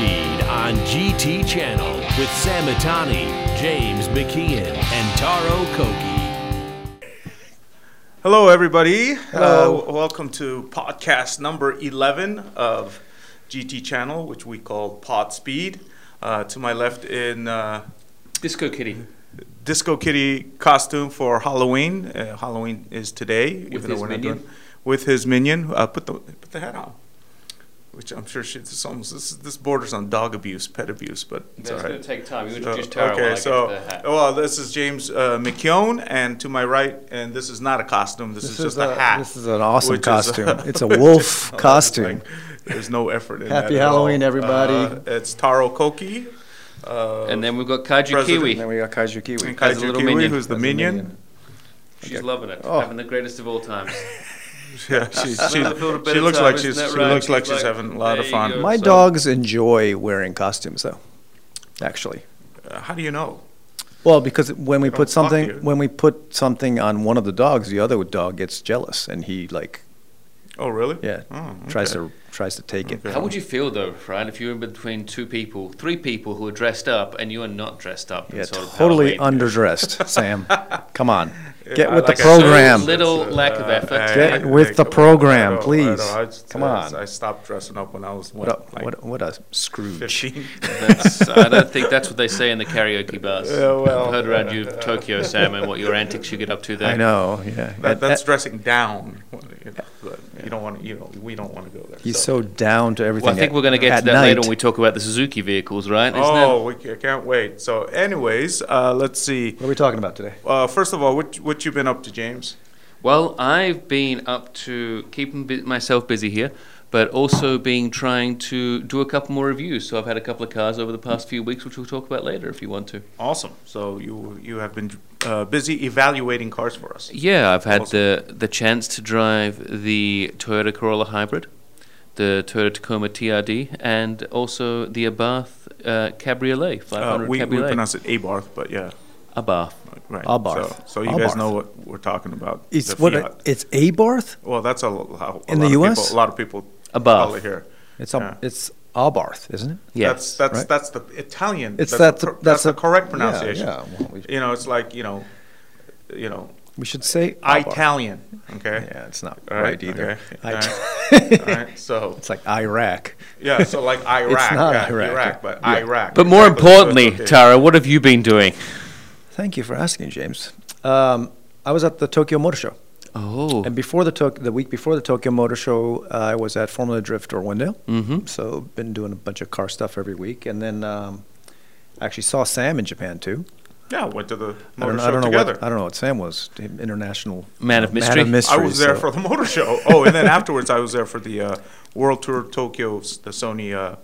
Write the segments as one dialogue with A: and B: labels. A: on GT Channel with Samitani, James McKeon, and Taro Koki.
B: Hello, everybody.
C: Hello.
B: Uh, w- welcome to podcast number 11 of GT Channel, which we call Pod Speed. Uh, to my left in uh,
C: Disco Kitty
B: Disco Kitty costume for Halloween. Uh, Halloween is today,
C: With his minion.
B: with his minion. Uh, put the put the hat on, which I'm sure she, it's almost this, this borders on dog abuse, pet abuse, but it's
C: That's
B: all right.
C: gonna take time. You
B: So,
C: introduced Tara while I get
B: so
C: to the hat.
B: well, this is James uh, McKeown, and to my right, and this is not a costume. This, is just a, hat.
D: This is an awesome
B: which is-
D: costume. it's a wolf
B: like,
D: costume.
B: there's no effort in
D: Happy
B: that at all.
D: Halloween, everybody.
B: Uh, it's Taro Koki. Uh,
C: and then we've got Kaiju
B: President-
D: and then
C: Kiwi.
D: we got Kaiju Kiwi.
B: and
C: Kaiju as a
B: Kaiju
C: little
B: Kiwi,
C: minion.
B: who's the
D: That's a
B: minion.
C: She's loving it.
D: Oh.
C: Having the greatest of all times.
B: Yeah, she's, she,
C: Little bit of
B: she
C: better
B: looks
C: time,
B: like
C: isn't
B: she's
C: that
B: she
C: right?
B: looks like
C: She's
B: she's
C: like,
B: having a lot of
C: there you
B: fun.
C: go.
D: My
C: So-
D: dogs enjoy wearing costumes, though. Actually,
B: Uh, how do you know?
D: well, because when we
B: They
D: put
B: don't fuck
D: something
B: you.
D: when we put something on one of the dogs, the other dog gets jealous and he like
B: Oh, really?
D: yeah
B: Oh,
D: tries
B: okay.
D: to tries to take it.
B: Okay.
C: How would you feel though, Fran, if you were in between two people, three people who are dressed up and you are not dressed up? in
D: Yeah,
C: sort of
D: totally
C: Halloween?
D: underdressed, Sam. Come on, get
B: I
D: with
B: like
D: the
B: it. uh,
D: program.
C: So little lack of effort.
B: I-
D: Get
B: I-
D: with
B: I-
D: the
B: I
D: program,
B: don't- I
D: please.
B: don't- I just-
D: Come
B: I-
D: on.
B: I stopped dressing up when I was
D: What
B: what,
D: a,
B: like
D: what, a, what a Scrooge.
B: 15.
C: That's, I don't think that's what they say in the karaoke bars.
B: Yeah, well,
C: I've heard around you Tokyo Sam and what your antics you get up to there.
D: I know. Yeah,
B: That,
D: That- that-
B: that's dressing down. You, know, but you don't want to. You know, we don't want to go there.
D: he's so down to everything.
C: Well, I think
D: at-
C: we're going to get
D: at
C: to that later
D: night.
C: when we talk about the Suzuki vehicles, right? Isn't
B: Oh, we ca- can't wait. So, anyways, uh, let's see.
D: What are we talking about today?
B: Uh, first of all, what what you been up to, James?
C: Well, I've been up to keeping bu- myself busy here, but also been trying to do a couple more reviews. So I've had a couple of cars over the past few weeks, which we'll talk about later if you want to.
B: Awesome. So you you have been uh, busy evaluating cars for us.
C: Yeah, I've had
B: Awesome.
C: the the chance to drive the Toyota Corolla Hybrid, the Toyota Tacoma TRD, and also the Abarth uh, Cabriolet 500
B: Uh, we, we
C: Cabriolet.
B: pronounce it Abarth, but yeah,
C: Abarth.
B: right.
D: Abarth.
B: So, so you guys
D: Abarth.
B: know what we're talking about.
D: It's
B: the
D: what
B: Fiat.
D: it's Abarth.
B: well, that's a, lo- how a
D: In
B: lot
D: the
B: of
D: US?
B: People, a lot of people
C: Abarth.
B: call it here.
D: It's Ab-
B: Yeah.
D: it's Abarth, isn't it?
C: Yeah.
B: That's that's
D: right?
B: that's the Italian.
D: It's
B: that's
D: that's
B: the,
D: a-
B: cor- that's
D: that's
B: the
D: a-
B: correct
D: yeah,
B: pronunciation.
D: yeah, well, we-
B: you know, it's like you know, you know,
D: We should say Abarth.
B: Italian. Okay.
D: Yeah, it's not
B: All
D: right, either.
B: okay,
D: I-
B: all right, all right, So
D: It's like Iraq.
B: yeah, so like Iraq,
D: not
B: yeah,
D: Iraq,
B: Iraq, but
D: yeah.
B: Iraq.
C: But more
B: Yeah, so- so it's
C: importantly,
B: okay.
C: Tara, what have you been doing?
D: Thank you for asking, James. Um, I was at the Tokyo Motor Show,
C: Oh,
D: and before the Tok the week before the Tokyo Motor Show, I was at Formula Drift Orwindale. Mm-hmm. So been doing a bunch of car stuff every week, and then um, I actually saw Sam in Japan too.
B: yeah, went to the
D: I don't,
B: motor
D: know-
B: show
D: I don't know
B: together.
D: what I don't know what Sam was. International
C: Man of mystery.
B: I was there
D: so-
B: for the motor show. Oh, and then afterwards, I was there for the uh, World Tour Tokyo, s- the Sony uh,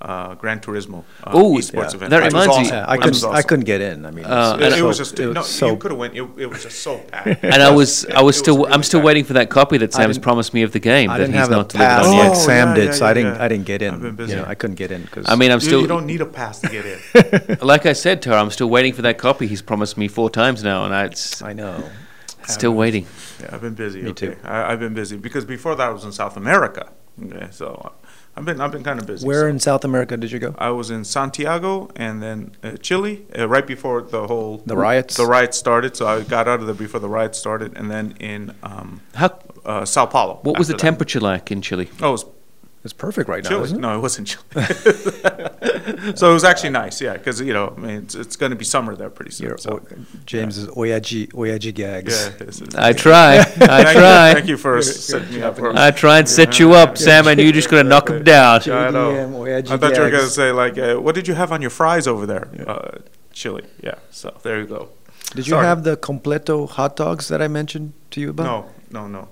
B: uh, Gran Turismo uh,
C: Ooh,
B: esports
D: yeah.
B: event.
C: That
B: which was
C: reminds me-
B: awesome,
D: Yeah, I
B: which
D: couldn't.
B: was
D: I
B: awesome.
D: couldn't get in. I mean,
C: Uh,
B: It,
C: And
B: it
C: I-
B: was just
D: it was
B: no.
D: so-
B: you could have went. It, it was just so packed.
C: and I was I was
B: It
C: still
B: really
C: I'm still
B: packed.
C: waiting for that copy that
D: I
C: Sam's
D: didn't-
C: promised me of the game
D: I
C: that
D: didn't
C: he's
D: have
C: not
D: not
C: delivered
D: pass
C: on
D: like
C: yet.
B: Oh,
D: Sam
B: yeah,
D: did,
B: yeah,
D: so I didn't.
B: yeah.
D: I didn't get in.
B: I've been busy.
D: You know, I couldn't get in because
C: I mean, I'm
B: Dude,
C: still
B: you don't need a pass to get in.
C: like I said, Tara, I'm still waiting for that copy he's promised me four times now, and I, it's
D: I know.
C: still waiting.
B: I've been busy.
D: Me
B: okay.
D: too.
B: I, I've been busy because before that I was in South America. Okay, so uh, I've been I've been kind of busy.
D: Where
B: So
D: in South America did you go?
B: I was in Santiago and then uh, Chile uh, right before the whole
D: The riots?
B: The riots started, so I got out of there before the riots started, and then in um,
C: How?
B: uh, Sao Paulo.
C: What was
B: after
C: the
B: that.
C: temperature like in Chile?
B: Oh, it was
D: It's perfect right now,
B: Chile.
D: isn't it?
B: No, it wasn't Chile. so it was actually nice, yeah, because you know, I mean, it's, it's going to be summer there pretty soon.
D: Your
B: so.
D: o- James's Oyaji Oyaji
B: yeah,
D: gags.
B: it's- it's-
C: I try, I
B: thank you- Thank
C: try,
B: you for setting me up. for-
C: I try and set you up, Sam, and you just gonna knock him down.
B: Yeah, I know.
D: JDM or
B: I thought you were gonna
D: GDX.
B: say like, uh, what did you have on your fries over there? Uh, chili. Yeah. So there you go.
D: Did you
B: Sorry.
D: have the completo hot dogs that I mentioned to you about?
B: No, no, no.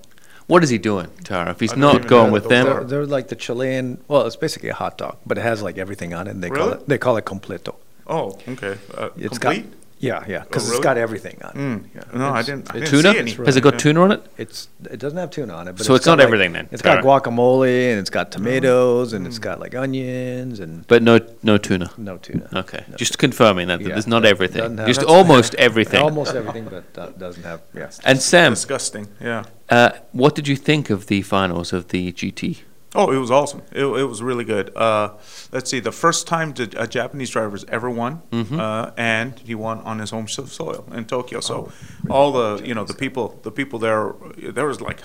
C: What is he doing, Tara? If he's
B: don't even
C: not
B: know
C: going with
B: those
D: They're,
C: them,
B: are.
D: they're like the Chilean. Well, it's basically a hot dog, but it has like everything on it. And they call
B: Really?
D: it they call it completo.
B: Oh, okay. Uh,
D: It's
B: complete.
D: got yeah, yeah, because
B: Oh,
D: it's
B: really?
D: got everything on it.
B: Mm. No, I
D: It's-
B: didn't. I
C: a
B: didn't
C: tuna?
B: see any.
C: Has it got tuna on it?
D: It's it doesn't have tuna on it, but
C: So it's
D: got
C: not
D: like-
C: everything then.
D: It's got guacamole and it's
B: Oh.
D: got tomatoes and
B: Mm.
D: it's got like onions and
C: But no, no tuna.
D: no tuna.
C: Okay, just confirming that, that
D: Yeah,
C: there's not
D: that
C: everything,
D: doesn't have-
C: just
D: that's-
C: almost everything.
D: Almost everything, but that doesn't have. Yeah.
C: And Sam,
B: Disgusting. Yeah.
C: uh, what did you think of the finals of the GT?
B: Oh, it was awesome. It, it was really good. Uh, let's see, the first time that a Japanese driver's ever won,
D: Mm-hmm.
B: uh, and he won on his home so- soil in Tokyo.
D: Oh,
B: So all the you know the people the people there there was like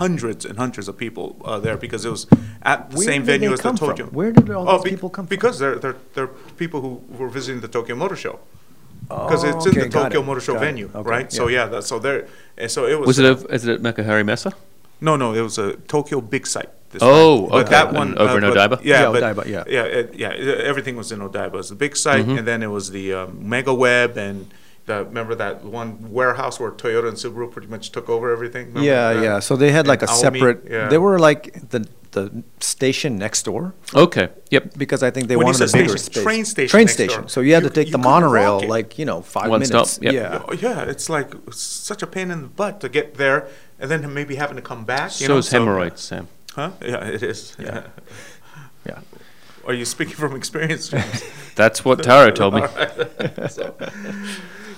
B: hundreds and hundreds of people uh, there because it was at the
D: Where
B: same
D: did
B: venue
D: they
B: as
D: come
B: the
D: from?
B: Tokyo.
D: Where did all
B: oh,
D: these people come from?
B: Because they're they're they're people who were visiting the Tokyo Motor Show. Because it's in
D: Oh, Okay,
B: the
D: got
B: Tokyo
D: it,
B: Motor Show
D: got it.
B: venue,
D: Okay,
B: right? So
D: yeah.
B: yeah, that, so there, and so it was.
C: Was it a, is it at Makuhari Mesa?
B: No, no, it was a Tokyo big site. This
C: Oh,
B: time. But
C: okay.
B: that one uh,
C: And over in
B: but-
C: Odaiba?
B: Yeah,
D: Yeah,
B: but-
D: Odaiba, yeah.
B: yeah, it- yeah. it- Everything was in Odaiba. It was the big site,
C: Mm-hmm.
B: and then it was the um, mega web and the remember that one warehouse where Toyota and Subaru pretty much took over everything. Remember
D: yeah,
B: that?
D: yeah. So they had
B: And
D: like a
B: Aomi,
D: separate.
B: yeah.
D: They were like the the station next door
C: Okay. Yep.
D: because I think they
B: When you
D: wanted a
B: said
D: bigger
B: station,
D: space.
B: train station
D: Train
B: next door.
D: station. So you had
B: You-
D: to take
B: you
D: the
B: couldn't walk
D: monorail
B: it.
D: like you know five
C: One stop,
D: minutes.
C: yep.
D: Yeah.
B: Oh, yeah, it's like such a pain in the butt to get there, and then maybe having to come back. You
C: so
B: know?
C: is hemorrhoids, Sam.
B: Huh? Yeah, it is. Yeah.
D: Yeah.
B: Are you speaking from experience? James?
C: That's what Taro told me.
B: so,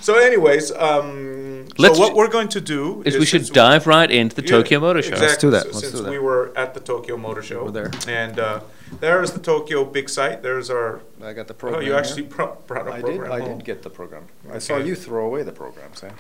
B: so anyways, um,
C: Let's
B: so what
C: ju-
B: we're going to do
C: Is we should
B: since
C: dive right into the
B: yeah,
C: Tokyo Motor Show.
B: Exactly.
D: do that.
B: So
D: Let's
B: since
D: do that.
B: we were at the Tokyo Motor Show,
D: We're there.
B: and uh, there is the Tokyo big site. There's our.
D: I got the
B: Oh,
D: program
B: you
D: here.
B: actually pro- brought a
D: I did.
B: program.
D: I
B: home.
D: did get the program. Oh. I saw
B: Okay.
D: you throw away the program, Sam.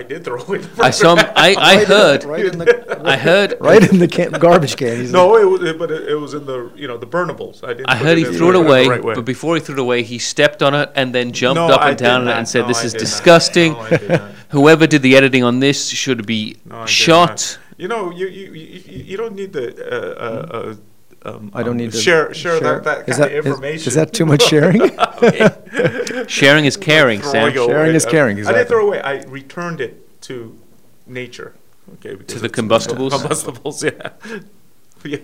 B: I did throw away. The
C: I saw.
B: program.
C: I, I heard.
D: Right in the
C: I heard.
D: right in the can, garbage can. He's
B: No, it was, it- but it, it was in the you know the burnables. I didn't.
C: I
B: put
C: heard he
B: in
C: threw it
B: the
C: away,
B: right way.
C: but before he threw it away, he stepped on it and then jumped
B: No,
C: up
B: I
C: and down
B: did
C: on it
B: not.
C: and said,
B: No,
C: "This
B: I
C: is
B: did not.
C: disgusting.
B: No, I did not.
C: Whoever did the editing on this should be
B: No, Oh, I did
C: shot."
B: not. You know, you you, you, you you don't need the. Uh, uh, uh, um,
D: I don't
B: um,
D: need to
B: share share, that, that kind
D: Is
B: of
D: that- is-
B: information.
D: Is, that too much sharing?
C: Sharing is caring,
B: Throwing
C: Sam.
B: away.
D: Sharing is caring,
B: I didn't
D: exactly.
B: throw away. I returned it to nature. Okay. because
C: the
B: it's-
C: combustibles?
B: Combustibles, yeah. yeah.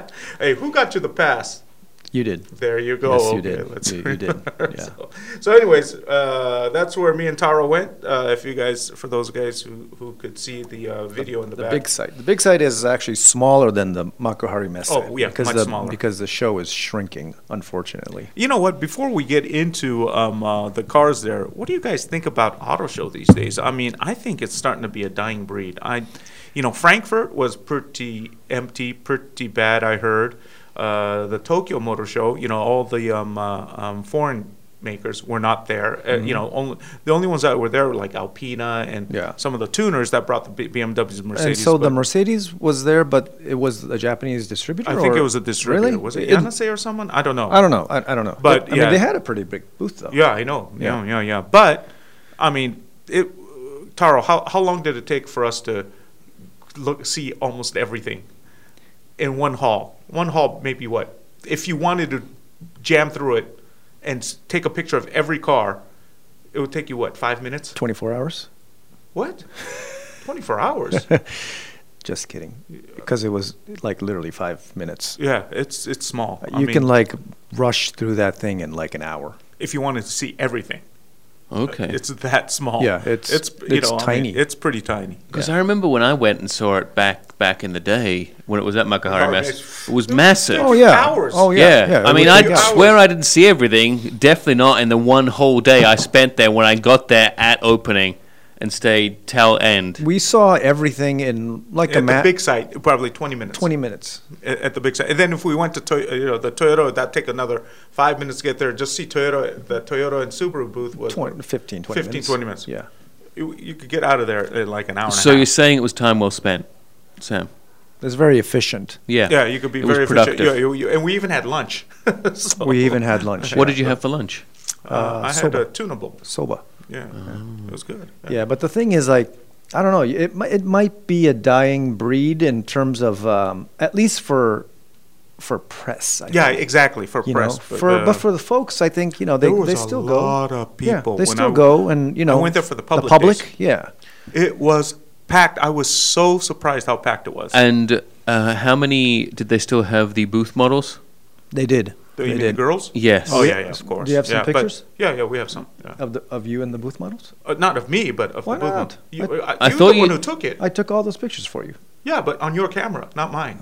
B: hey, who got you the pass?
D: you did.
B: There you go.
D: Yes, you
B: Okay,
D: did.
B: let's-
D: You- you did. Yeah.
B: so, so anyways, uh, that's where me and Tara went. Uh, if you guys, for those guys who, who could see the uh, video in the,
D: The
B: back.
D: big site. The big site is actually smaller than the Makuhari mess.
B: Oh,
D: site
B: yeah,
D: because
B: much
D: the,
B: smaller.
D: Because the show is shrinking, unfortunately.
B: You know what? Before we get into um, uh, the cars there, what do you guys think about auto show these days? I mean, I think it's starting to be a dying breed. I, you know, Frankfurt was pretty empty, pretty bad. I heard uh, the Tokyo Motor Show. You know, all the um, uh, um, foreign makers were not there. Uh, You know, only the only ones that were there were like Alpina and
D: Mm-hmm. Yeah.
B: some of the tuners that brought the B- BMWs and Mercedes.
D: and so the
B: but
D: Mercedes was there, but it was a Japanese distributor.
B: I think
D: or-
B: it was a distributor.
D: Really?
B: Was it
D: It-
B: Yanase or someone? I don't know.
D: I don't know. I, I don't know.
B: But,
D: I
B: yeah.
D: mean, they had a pretty big booth though.
B: Yeah, I know. Yeah, yeah,
D: Yeah.
B: yeah. But I mean, it, Taro, how how long did it take for us to look see almost everything in one hall? One hall, maybe what? If you wanted to jam through it and s- take a picture of every car, it would take you what? Five minutes?
D: Twenty-four hours.
B: What? Twenty four hours?
D: Just kidding. Because it was like literally five minutes.
B: yeah, it's it's small. I
D: you
B: mean,
D: can like rush through that thing in like an hour.
B: if you wanted to see everything.
C: Okay.
B: It's that small.
D: Yeah, it's-
B: it's you
D: it's
B: know, I mean,
D: tiny.
B: it's pretty tiny.
C: Because I remember when I went and saw it back back in the day when it was at Makuhari
B: Oh,
C: Mess,
B: it's-
C: it was massive.
D: Oh yeah.
B: Hours.
D: Oh
C: Yeah.
D: yeah. it
C: I
D: was
C: mean,
D: a
C: I
D: big
B: yeah.
D: hour.
C: swear I didn't see everything. Definitely not in the one whole day I spent there when I got there at opening and stayed till end.
D: We saw everything in like a
B: At the
D: map.
B: big site, probably twenty minutes.
D: Twenty minutes.
B: at at the big site. And then if we went to Toy- you know the Toyota, that take another five minutes to get there. Just see Toyota, the Toyota and Subaru booth was
D: 20, 15, 20
B: 15,
D: minutes.
B: 20 minutes.
D: Yeah.
B: You, you could get out of there in like an hour.
C: So
B: and a half.
C: you're saying it was time well spent, Sam?
D: It's very efficient.
C: Yeah.
B: yeah, you could be
C: It was
B: very efficient.
C: productive.
B: Yeah, you, you, and we even had lunch. so,
D: We even had lunch.
C: What did you have for lunch?
B: uh, I had
D: soba.
B: a tunable.
D: soba?
B: Yeah,
C: Oh.
B: it was good.
D: Yeah, but the thing is, like, I don't know. It mi- it might be a dying breed in terms of um, at least for for press. I
B: Yeah,
D: think,
B: exactly for
D: you
B: press.
D: know, for but
B: uh,
D: for the folks, I think you know they
B: there was
D: they
B: a
D: still
B: lot
D: go.
B: of
D: Yeah,
B: people
D: they
B: when
D: still
B: I-
D: go, and you know,
B: went there for the public days.
D: yeah,
B: it was packed. I was so surprised how packed it was.
C: And uh, how many did they still have the booth models?
D: they did.
B: Do
D: they
B: you mean the
D: did.
B: girls?
C: Yes.
B: Oh yeah, yeah, of course.
D: you have some
B: yeah, but-
D: pictures?
B: yeah, yeah, we have some. Yeah.
D: of the of you and the booth models.
B: Uh, not of me, but of
D: Why
B: the
D: not?
B: You, I,
C: I
B: you
C: thought
B: were the one
C: you-
B: who took it.
D: I took all those pictures for you.
B: yeah, but on your camera, not mine.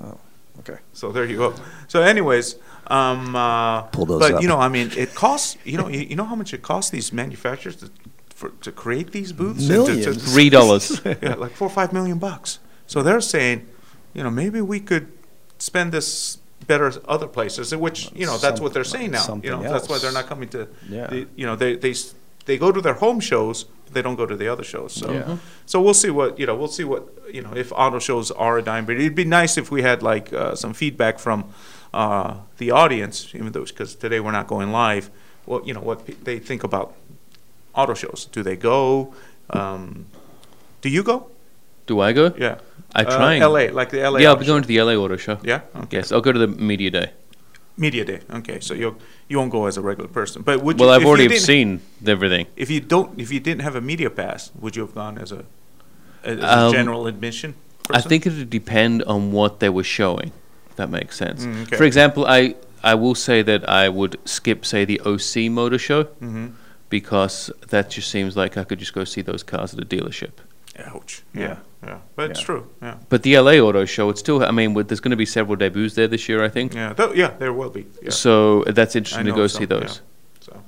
D: Okay.
B: So there you go. So, anyways, um, uh,
D: Pull those
B: But
D: up.
B: you know, I mean, it costs. You know, you, you know how much it costs these manufacturers to, for, to create these booths. And to- to-
D: Millions.
C: Three dollars.
B: yeah, like four or five million bucks. So they're saying, you know, maybe we could spend this better other places, which you know that's what they're saying now.
D: Something
B: You know that's why
D: else.
B: they're not coming to.
D: Yeah.
B: The, you know they they s- they go to their home shows, but they don't go to the other shows. So
D: Yeah. Mhm.
B: so we'll see what you know. We'll see what you know if auto shows are a dime. But it'd be nice if we had like uh, some feedback from uh, the audience, even though because today we're not going live. Well, you know what pe- they think about auto shows. Do they go? Um, do you go?
C: Do I go?
B: Yeah.
C: I
B: Uh,
C: try and-
B: L.A. like the L.A.
C: yeah, I'll
B: auto
C: be
B: show.
C: going to the LA Auto Show.
B: Yeah? Okay.
C: Yes, I'll go to the media day.
B: Media day. Okay, so you you won't go as a regular person, but would you?
C: Well,
B: if
C: I've
B: you
C: already
B: didn't-
C: seen everything.
B: If you don't, if you didn't have a media pass, would you have gone as a as a
C: Um,
B: general admission?
C: I
B: Person?
C: think it would depend on what they were showing. If that makes sense.
B: Mm, okay.
C: For example, I I will say that I would skip say the OC Motor Show
B: Mm-hmm.
C: because that just seems like I could just go see those cars at a dealership.
B: Ouch. Yeah,
D: Yeah.
B: yeah, but it's true. Yeah,
C: But the LA Auto Show, it's still. I mean, with, there's going to be several debuts there this year, I think.
B: yeah, Though yeah. There will be. Yeah.
C: So that's interesting to
B: know
C: go
B: some,
C: see those.
B: yeah. So,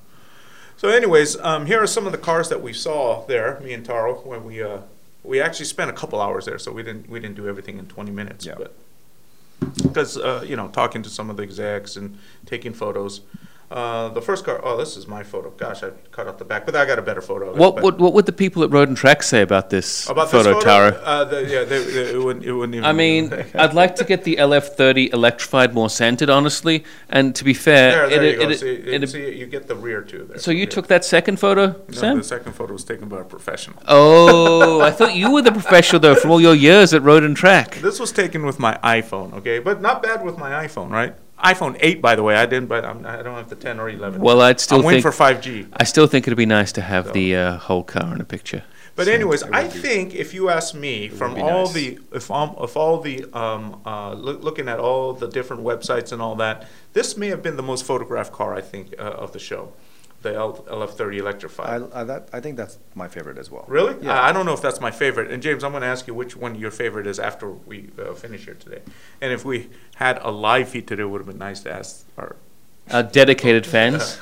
B: so anyways, um, here are some of the cars that we saw there. Me and Taro when we uh, we actually spent a couple hours there, so we didn't we didn't do everything in 20 minutes.
D: Yeah.
B: But because uh, you know talking to some of the execs and taking photos. Uh, the first car. Oh, this is my photo. Gosh, I cut out the back, but I got a better photo. Of it,
C: What
B: but-
C: would what would the people at Road and Track say about this
B: about this
C: photo,
B: photo?
C: Taro?
B: Uh, the, yeah, they, they, it wouldn't. It wouldn't even.
C: I mean, I'd like to get the LF30 electrified, more scented, honestly. And to be fair,
B: there, there
C: it-
B: you go.
C: it-
B: see,
C: it-
B: it, see, you get the rear too. There.
C: so you
B: Yeah.
C: took that second photo,
B: No,
C: Sam?
B: the second photo was taken by a professional.
C: Oh, I thought you were the professional though from all your years at Road and Track.
B: This was taken with my iPhone, okay, but not bad with my iPhone, right? iPhone 8, by the way. I didn't, but I'm, I don't have the 10 or 11.
C: Well, I'd still
B: I'm waiting
C: think-
B: for 5G.
C: I still think it'd be nice to have the uh, whole car in a picture.
B: But anyways, I think if you ask me, from all the if um, if all the um, uh, loo- looking at all the different websites and all that, this may have been the most photographed car I think uh, of the show, the L- LF30 electrified.
D: I, I, that, I think that's my favorite as well.
B: Really?
D: Yeah.
B: I I don't know if that's my favorite. And James, I'm going to ask you which one your favorite is after we uh, finish here today. And if we had a live feed today, it would have been nice to ask our.
C: Our dedicated fans.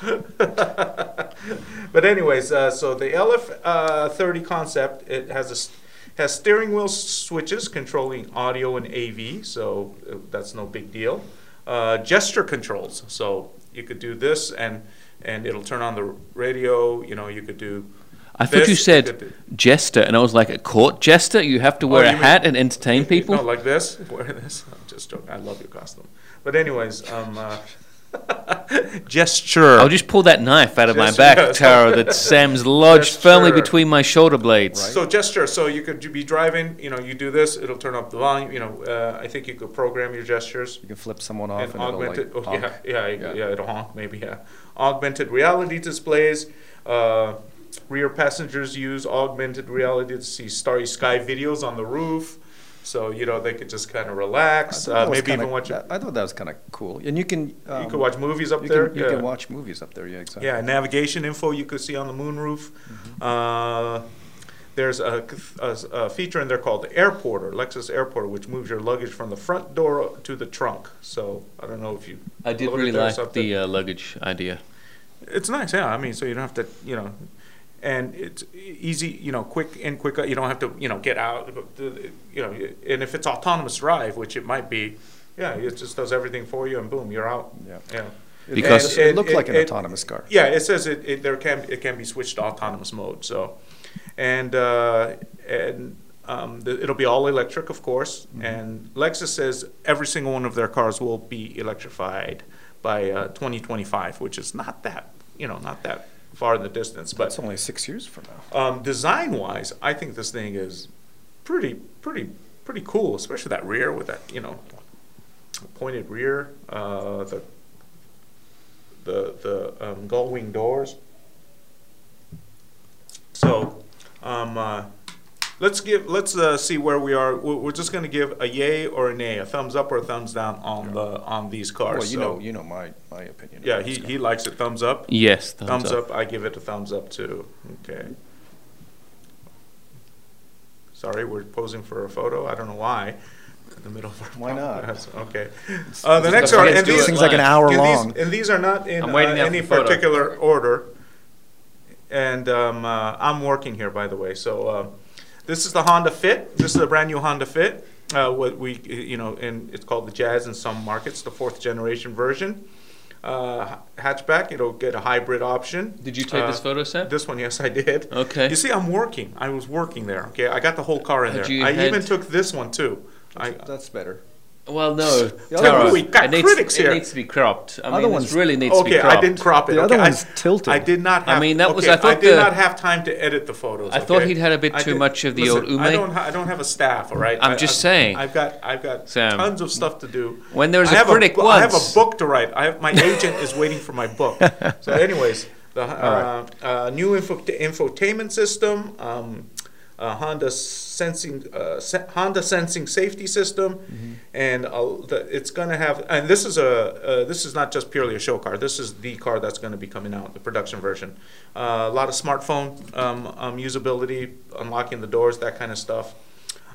B: But anyways, uh, so the LF uh, 30 concept it has a s- has steering wheel switches controlling audio and AV, so uh, that's no big deal. Uh, gesture controls, so you could do this and and it'll turn on the radio. You know, you could do.
C: I thought
B: this,
C: you
B: could do-
C: said jester, and I was like, a court jester? You have to wear
B: Oh, you
C: a
B: mean-
C: hat and entertain people?
B: No, like this. Wear this. I'm just joking. I love your costume. But anyways, um, uh, gesture.
C: I'll just pull that knife out of my
B: Just-
C: back, Taro, that Sam's lodged
B: Just
C: firmly
B: sure.
C: between my shoulder blades.
B: So gesture. So you could be driving. You know, you do this. It'll turn up the volume. You know, uh, I think you could program your gestures.
D: You can flip someone
B: and
D: off and, it'll like,
B: augmented, oh,
D: honk.
B: yeah, yeah, yeah,
D: Yeah.
B: it'll honk maybe, yeah. Augmented reality displays. Uh, rear passengers use augmented reality to see starry sky videos on the roof, so you know they could just kind of
D: I
B: relax.
D: thought
B: Uh,
D: that was
B: maybe
D: kinda-
B: even watch.
D: that- I thought that was kind of cool, and you can um,
B: you could watch movies up
D: you
B: there.
D: Can, you
B: yeah.
D: can watch movies up there. Yeah, exactly.
B: Yeah, navigation info you could see on the moon roof.
D: Mm-hmm.
B: Uh, there's a, a, a feature in there called the Air Porter, Lexus Air Porter, which moves your luggage from the front door to the trunk. So I don't know if you.
C: I did
B: loaded
C: really
B: that or
C: like
B: something.
C: the uh, luggage idea.
B: It's nice, yeah. I mean, so you don't have to, you know, and it's e-, easy, you know, quick and quick. You don't have to, you know, get out, you know. And if it's autonomous drive, which it might be, yeah, it just does everything for you, and boom, you're out.
D: Yeah.
B: yeah.
C: Because-
D: it, it looked like an autonomous car.
B: Yeah, it says it, it there can it can be switched to autonomous mode. So, and uh, and um, the, it'll be all electric, of course.
D: Mm-hmm.
B: And Lexus says every single one of their cars will be electrified by uh, 2025, which is not that you know not that far in the distance. But
D: That's only six years from now.
B: um, design wise, I think this thing is pretty, pretty, pretty cool, especially that rear with that, you know, pointed rear, uh, the, the, the um, gull wing doors. So, um, uh, let's give, let's uh, see where we are. We're, we're just going to give a yay or a nay, a thumbs up or a thumbs down on the on these cars.
D: Well, you
B: So,
D: know, you know my my opinion.
B: yeah,
D: on
B: he,
D: this car.
B: he likes it. Thumbs up.
C: Yes,
B: Thumbs, up. I give it a thumbs up too. Okay. Sorry, we're posing for a photo. I don't know why. In the middle of our
D: Why not?
B: podcast. Okay. Uh, the next
C: the
B: are
C: first
B: and
C: two
B: these,
D: This
C: Things
D: thing's
C: like
D: like
C: an
D: an hour
B: and these-
D: long.
B: and these are not in
C: I'm
B: uh,
C: waiting out
B: any
C: for the photo.
B: particular order. And um, uh, I'm working here, by the way. So uh, this is the Honda Fit. This is a brand new Honda Fit. uh, what we you know, and it's called the Jazz in some markets, the fourth generation version. Uh, hatchback, it'll get a hybrid option.
C: Did you take
B: Uh,
C: this photo, Sam?
B: This one, yes, I did.
C: Okay.
B: You see, I'm working. I was working there. Okay, I got the whole car in
C: Had
B: there.
C: you
B: I
C: had-
B: even took this one too. I,
D: That's better.
C: Well, no.
D: other
C: Tara,
D: one-
B: We got
C: it needs,
B: critics
C: It
B: here.
C: needs to be cropped. I
D: Other
C: mean,
D: ones-
C: it really needs to
B: okay,
C: be cropped.
B: I didn't crop it.
D: The other
B: okay.
D: one's
B: I,
D: tilted.
B: I did not.
C: I
B: Have,
C: mean, that was-
B: okay,
C: I thought
B: did
C: the-
B: not have time to edit the photos.
C: I thought
B: okay?
C: he'd had a bit
B: I
C: too
B: did-
C: much of the
B: listen,
C: old
B: I
C: ume.
B: don't. ha- I don't have a staff. All right.
C: I'm
B: I-
C: just
B: I've-
C: saying.
B: I've got. I've got
C: Sam,
B: tons of stuff to do.
C: when there's
B: I
C: a
B: have
C: critic
B: bu- I have a
C: once-
B: book to write. I have, my agent is waiting for my book. So, anyways, the uh, uh, new info, infotainment system. Um, uh, Honda sensing, uh, se- Honda sensing safety system,
C: Mm-hmm.
B: and uh, the, it's going to have. And this is a uh, this is not just purely a show car. This is the car that's going to be coming out, the production version. Uh, a lot of smartphone um, um, usability, unlocking the doors, that kind of stuff.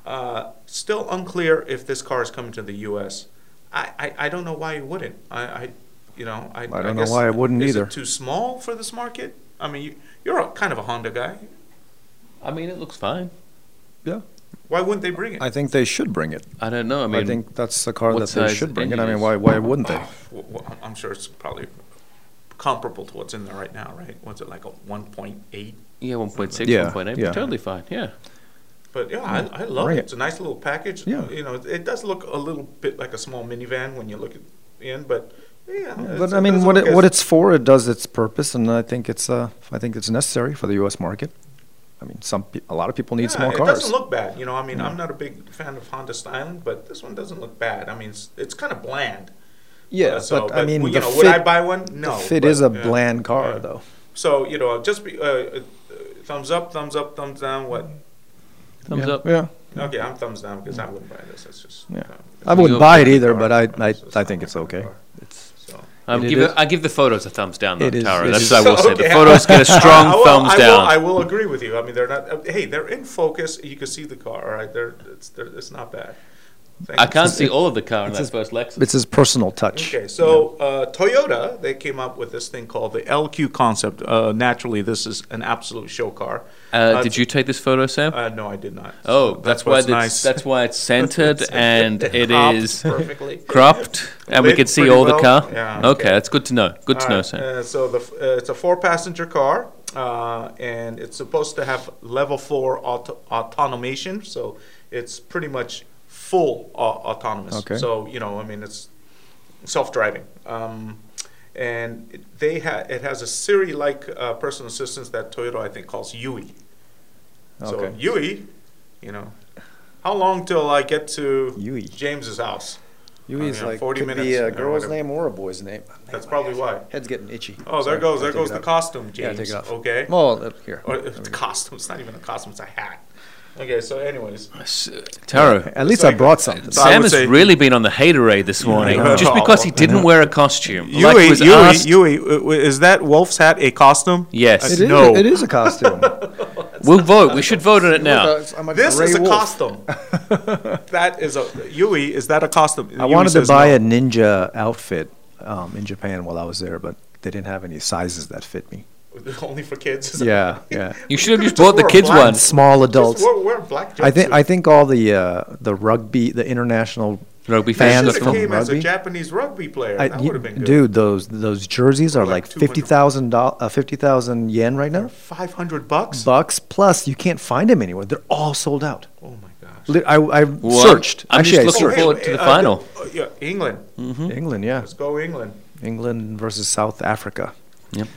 B: Uh, still unclear if this car is coming to the U.S. I, I, I don't know why it wouldn't. I, I you know I, I
D: don't know
B: guess-
D: why it wouldn't
B: is
D: either.
B: It too small for this market. I mean, you, you're a, kind of a Honda guy.
C: I mean, it looks fine.
D: Yeah.
B: Why wouldn't they bring it?
D: I think they should bring it.
C: I don't know. I
D: I,
C: mean,
D: think that's the car
C: what
D: that they
C: size
D: should bring it. I
C: engine
D: mean,
C: is-
D: why why wouldn't they?
B: Oh, Well, well, I'm- I'm sure it's probably comparable to what's in there right now, right? What's it like a 1.8?
C: yeah, 1.6,
D: Yeah,
C: 1.8,
D: yeah.
C: totally fine. Yeah.
B: But yeah, I, I love
D: Right.
B: it. It's a nice little package.
D: Yeah.
B: You know, it does look a little bit like a small minivan when you look at the end, but yeah.
D: But
B: it's-
D: I mean,
B: doesn't
D: what
B: look
D: it,
B: as-
D: what it's for, it does its purpose, and I think it's uh, I think it's necessary for the U.S. market. I mean, some pe- a lot of people need
B: yeah,
D: small
B: it
D: cars.
B: doesn't look bad. You know, I mean, I'm not a big fan of Honda styling, but this one doesn't look bad. I mean, it's, it's kind of bland.
D: yeah,
B: Uh, so,
D: but, I mean,
B: you
D: the
B: know,
D: fit,
B: would I buy one?
D: the
B: No.
D: fit
B: but,
D: is a
B: yeah,
D: bland car,
B: yeah.
D: though.
B: So you know, just be, uh, uh, thumbs up, thumbs up, thumbs down. What?
C: Thumbs
D: yeah.
C: up.
D: Yeah,
B: Okay, I'm thumbs down because I wouldn't buy this. It's just.
D: Yeah.
B: uh,
D: I
B: it's
D: wouldn't
B: not
D: buy
B: my
D: it
B: kind of
D: either,
B: car.
D: but I I,
B: It's just
D: I
B: not
D: think
B: my
D: it's
B: kind of
D: okay.
B: car.
D: It's
B: So.
C: Um,
D: It
C: give
D: is-
C: it, I give the photos a thumbs down, though,
D: It is-
C: Tara.
D: it
C: That's
D: is-
C: what I will
B: So,
C: say. The
B: okay.
C: photos get a strong
B: I will,
C: thumbs
B: I
C: down.
B: Will, I will agree with you. I mean, they're not. uh, Hey, they're in focus. You can see the car. All right, they're it's they're, it's not bad. Thank
C: I
B: you.
C: can't see all of the car in that
D: his-
C: first Lexus.
D: it's his personal touch.
B: Okay, so uh, Toyota, they came up with this thing called the LQ concept. Uh, naturally, this is an absolute show car.
C: uh, did you take this photo, Sam?
B: Uh, no, I did not.
C: oh,
B: So
C: that's, why
B: what's
C: it's, that's why it's centered and it
B: cropped
C: is
B: perfectly.
C: cropped, and we
B: Lit
C: can see
B: pretty
C: all the
B: well.
C: car.
B: Yeah,
C: okay.
B: okay.
C: that's good to know. Good to
B: All
C: know,
B: right,
C: Sam.
B: uh, so the f- uh, it's a four-passenger car, uh, and it's supposed to have level four auto- autonomation. So it's pretty much full au- autonomous.
D: Okay.
B: So you know, I mean, it's self-driving, um, and it- they ha- it has a Siri-like uh, personal assistance that Toyota I think calls Yui. So
D: Okay.
B: Yui, you know, how long till I get to
D: Yui.
B: James's house?
D: Yui is
B: yeah,
D: like
B: 40
D: could be
B: minutes
D: a
B: or
D: girl's
B: whatever.
D: name or a boy's name.
B: That's probably why.
D: Head's getting itchy.
B: Oh, there
D: Sorry,
B: goes
D: I'll
B: there
D: take
B: goes
D: it
B: the
D: out.
B: costume,
D: Yeah,
B: James.
D: take it off.
B: Okay.
D: Well, uh, here.
B: Or it's the costume. It's not even a costume. It's a hat. Okay. So, anyways,
C: S- Tara,
D: At least
B: So
D: I
B: you-
D: brought something.
B: So I
C: Sam
B: would
C: has
B: say-
C: really been on the haterade this morning
B: know.
C: just because he didn't wear a costume.
B: Yui,
C: like he was
B: Yui,
C: asked-
B: Yui, uh, w- is that wolf's hat a costume?
C: Yes.
D: It
B: It
D: is,
B: no.
D: it is a costume.
C: We'll vote. We should vote on it now.
D: I'm
B: This
D: gray
B: is a
D: wolf.
B: costume. that is a Yui. Is that a costume?
D: I wanted to buy a ninja outfit um, in Japan while I was there, but they didn't have any sizes that fit me.
B: it. Only for kids.
D: Yeah, yeah.
C: You should have
B: could've
C: just
B: just
C: bought the
B: wore a
C: kids
B: black
C: one.
D: Small
B: Just
D: adults.
B: wear, wear a black.
D: I think
B: jumpsuit.
D: I think all the uh, the rugby, the international
C: Rugby
B: You
C: fans
D: fans
B: should've
D: from
B: came as a
D: rugby.
B: Japanese rugby player.
D: I-
B: that
D: you-
B: would have been good.
D: dude, those those jerseys are like
B: Like 200.
D: fifty thousand uh, fifty thousand yen right now,
B: five hundred bucks.
D: bucks. Plus, you can't find them anywhere. They're all sold out.
B: oh my gosh.
D: Li- I, I
C: What?
D: searched.
C: I'm
D: Actually, I
C: just looking Mm-hmm.
D: searched.
C: forward to the
B: uh,
C: final.
B: uh, yeah, England.
D: Mm. England, yeah,
B: Let's go England.
D: England versus South Africa.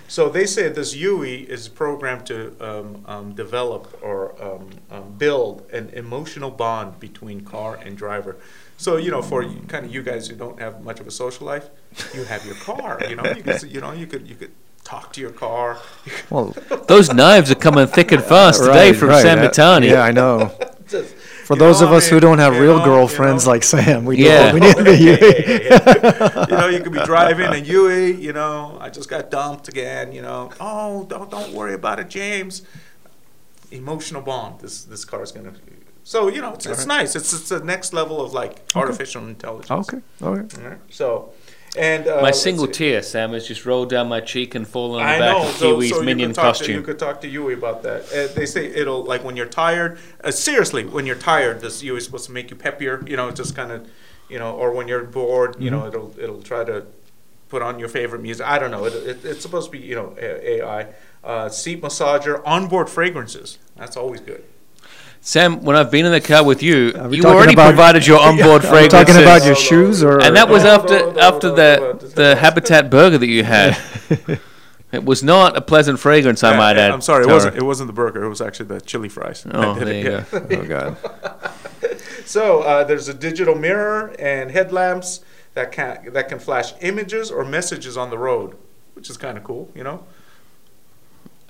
B: So they say this UE is programmed to um, um, develop or um, um, build an emotional bond between car and driver. So you know, for you- kind of you guys who don't have much of a social life, you have your car. You know, you could, you know, you could you could talk to your car.
D: Well,
C: Those knives are coming thick and fast today
D: right,
C: from
D: right,
C: Sam
D: uh,
C: Mitani.
D: Yeah, I know.
B: Just,
D: For
B: you
D: those
B: know,
D: of
B: I
D: us who
B: mean,
D: don't have
B: you
D: real
B: know,
D: girlfriends
B: you know.
D: like Sam, we
C: Yeah.
D: yeah. we need to be
B: you know, you could be driving and Yui, you know, I just got dumped again, you know. Oh, don't don't worry about it, James. Emotional bond. This this car is gonna. So you know, it's, it's nice. It's it's the next level of like artificial intelligence.
D: Okay. All right.
B: All right. So, And uh,
C: my
B: let's
C: single
B: see.
C: tear, Sam, has just rolled down my cheek and fallen on the
B: I
C: back
B: know.
C: of
B: So,
C: Kiwi's
B: so
C: minion
B: you could talk To, you
C: costume.
B: could talk to Yui about that. Uh, they say it'll like when you're tired. Uh, seriously, when you're tired, this Yui is supposed to make you peppier. You know, just kind of, you know, or when you're bored, you
C: Mm-hmm.
B: know, it'll it'll try to put on your favorite music. I don't know. It, it, it's supposed to be you know A- AI uh, seat massager, onboard fragrances. That's always good.
C: Sam, when I've been in the car with you,
D: Are we
C: you
D: talking
C: already
D: about-
C: provided your onboard
D: Are we
C: fragrances.
D: talking about your
B: No, no,
D: shoes or?
C: and that was
B: No,
C: after
B: no, no,
C: after
B: no, no, no.
C: the the Habitat burger that you had. it was not a pleasant fragrance, I might
B: I,
C: add.
B: am sorry, it
C: Tara.
B: wasn't it wasn't the burger. It was actually the chili fries.
C: Oh,
B: I did
C: there
B: it,
C: you
B: yeah.
C: go.
D: Oh God.
B: So uh, there's a digital mirror and headlamps that can that can flash images or messages on the road, which is kind of cool, you know.